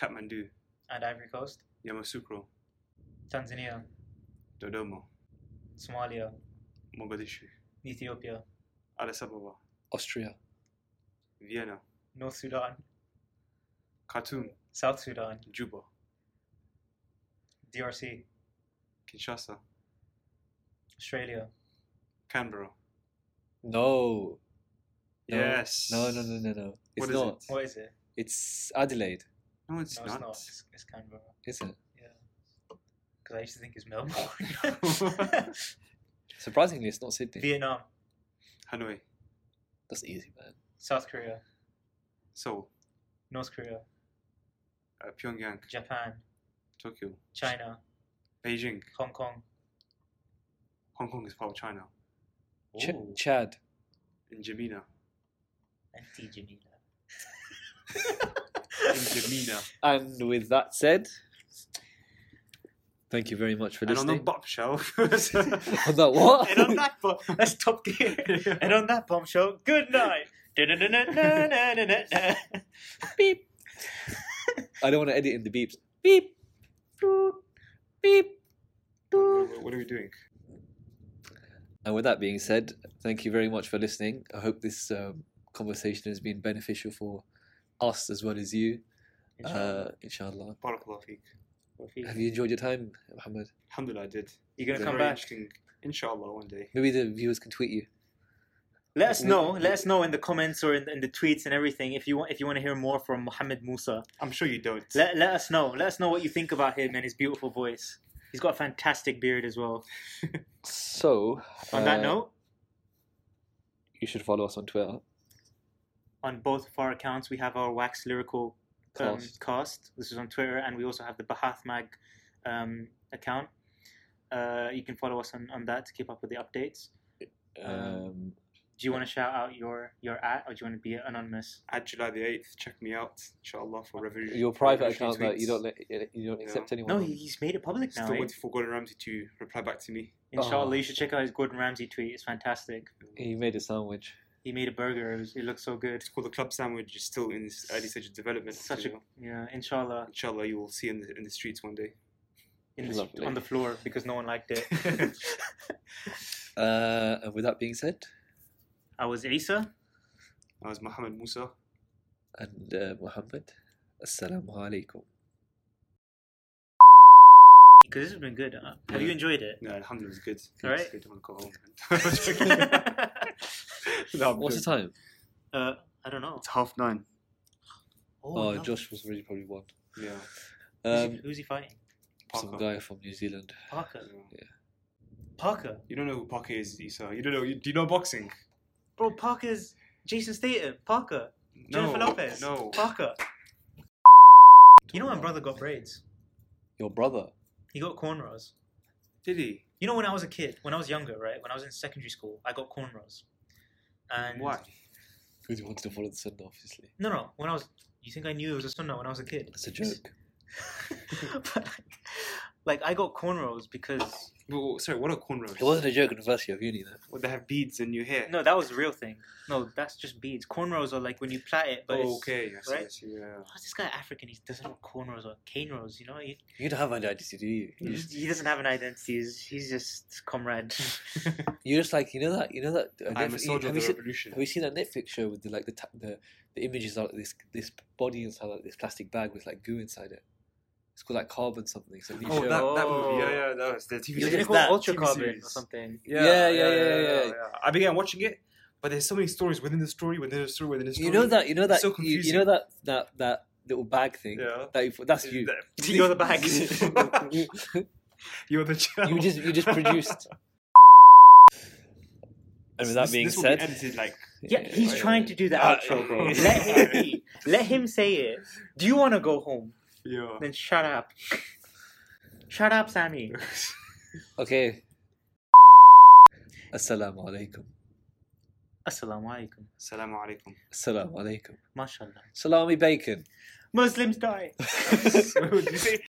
Kathmandu,
and Ivory Coast,
Yamoussoukro,
Tanzania,
Dodoma,
Somalia,
Mogadishu,
Ethiopia,
Addis Ababa,
Austria.
Vienna,
North Sudan,
Khartoum,
South Sudan,
Juba,
DRC,
Kinshasa,
Australia,
Canberra.
No. No.
Yes.
No, no, no, no, no. It's
What is
not.
it?
What is it?
It's Adelaide,
No, it's
no,
not.
it's not. It's, it's Canberra.
is it?
Yeah. Because I used to think it's Melbourne.
Surprisingly, it's not Sydney.
Vietnam,
Hanoi,
That's easy, man.
South Korea,
Seoul,
North Korea,
uh, Pyongyang,
Japan,
Tokyo,
China,
Beijing.
Hong Kong,
Hong Kong is part of China.
Ch- Chad.
In Jamina.
and Djamena.
In Jamina.
And with that said, thank you very much for
and on the
listening.
bombshell.
On that what?
and on that bomb, that's Top Gear. And on that bombshell, good night. Da-da-da-da-da-da-da-da.
Beep. I don't want to edit in the beeps. Beep. Boop. Beep.
what are we doing?
And with that being said, thank you very much for listening. I hope this um, conversation has been beneficial for us as well as you. Uh, inshallah.
Barakallah feek.
Have you enjoyed your time, Mohammed?
Alhamdulillah, I did.
You're gonna
It's
come
very
back.
interesting. Inshallah, one day.
Maybe the viewers can tweet you.
Let us know. Let us know in the comments or in, in the tweets and everything if you want. If you want to hear more from Mohammed Musa,
I'm sure you don't.
let, let us know. Let us know what you think about him and his beautiful voice. He's got a fantastic beard as well.
So,
On
uh,
that note, um,
you should follow us on Twitter.
on both of our accounts, we have our Wax Lyrical um,
Cast.
cast. This is on Twitter, and we also have the Bahath Mag um, account. Uh, you can follow us on, on that to keep up with the updates.
Um,
Do you want to shout out your your at, or do you want to be anonymous?
At July the 8th, check me out, inshallah, for revolution.
your private account that you don't let, you don't accept anyone.
No,
on.
he, he's made it public now.
Still
eh?
waiting for Gordon Ramsay to reply back to me.
Inshallah,
Oh.
you should check out his Gordon Ramsay tweet. It's fantastic.
he made a sandwich.
He made a burger. It, was, it looks so good.
It's called the club sandwich. It's still in its early stage of development.
Such a
so
yeah. Inshallah,
inshallah, you will see in the, in the streets one day.
in the,
Lovely.
on the floor because no one liked it.
Uh, and with that being said,
I was Isa.
I was Mohammed Musa.
and uh, Muhammad, assalamu alaikum.
Because this has been good. Huh? Have you enjoyed it?
No, Alhamdulillah, it's good.
All right.
It's good. I want to go home. No, I'm
What's the
joking.
time?
uh, I don't know.
It's half nine.
Oh,
no.
Josh was really probably one.
Yeah.
Who's,
Um,
he, who's he fighting?
some
Parker.
guy from New Zealand.
Parker.
Yeah.
Parker.
You don't know who Parker is, Isa. You don't know. You, do you know boxing?
Bro, Parker's Jason Statham. Parker.
No.
Jennifer Lopez.
No.
Parker. You know my brother got braids.
Your brother.
He got cornrows.
Did he?
You know when I was a kid, when I was younger, right? When I was in secondary school, I got cornrows. And
Why?
Because he wanted to follow the sunnah, obviously.
No, no. When I was, you think I knew it was a sunnah when I was a kid?
That's a joke.
but like, like, I got cornrows because
Well, sorry, what are cornrows?
It wasn't a joke in the first year of uni, though.
Well, they have beads in your hair.
no, that was a real thing. No, that's just beads. Cornrows are like when you plait it, but
oh,
it's,
okay. I see, I
right?
see, yeah.
Why is this guy African? He doesn't know what cornrows or cane rows. You know, he,
You don't have an identity, do you?
he,
You
just, he doesn't have an identity. He's, he's just comrade.
You're just like you know that you know that. uh,
I'm a
Netflix-
soldier of
have,
the
you seen,
revolution.
have you seen that Netflix show with the like the ta- the, the images of this this body inside like, this plastic bag with like goo inside it? It's called like carbon something. So
Oh, that, that movie.
Oh.
Yeah, yeah, that was the TV
You're
series.
gonna
He's
call
called
that
ultra
TV
carbon or
series.
something.
Yeah, yeah, yeah, yeah.
I began watching it, but there's so many stories within the story, within the story, within the story.
you know that you know
It's
that
so
you, you
confusing.
know that that that little bag thing.
Yeah.
That you, that's you.
You're the bags.
you,
You're the child.
you just you just produced. and with that
This-
being
this will
said,
be edited like
yeah, he's trying to do the
Uh,
outro, bro. Let him be. Let him say it. Do you want to go home?
yeah.
Then shut up. Shut up, Sammy.
okay. Assalamu alaikum.
Assalamu alaikum.
Assalamu alaikum.
Assalamu alaikum.
Mashallah.
Salami bacon.
Muslims die.
So, did you say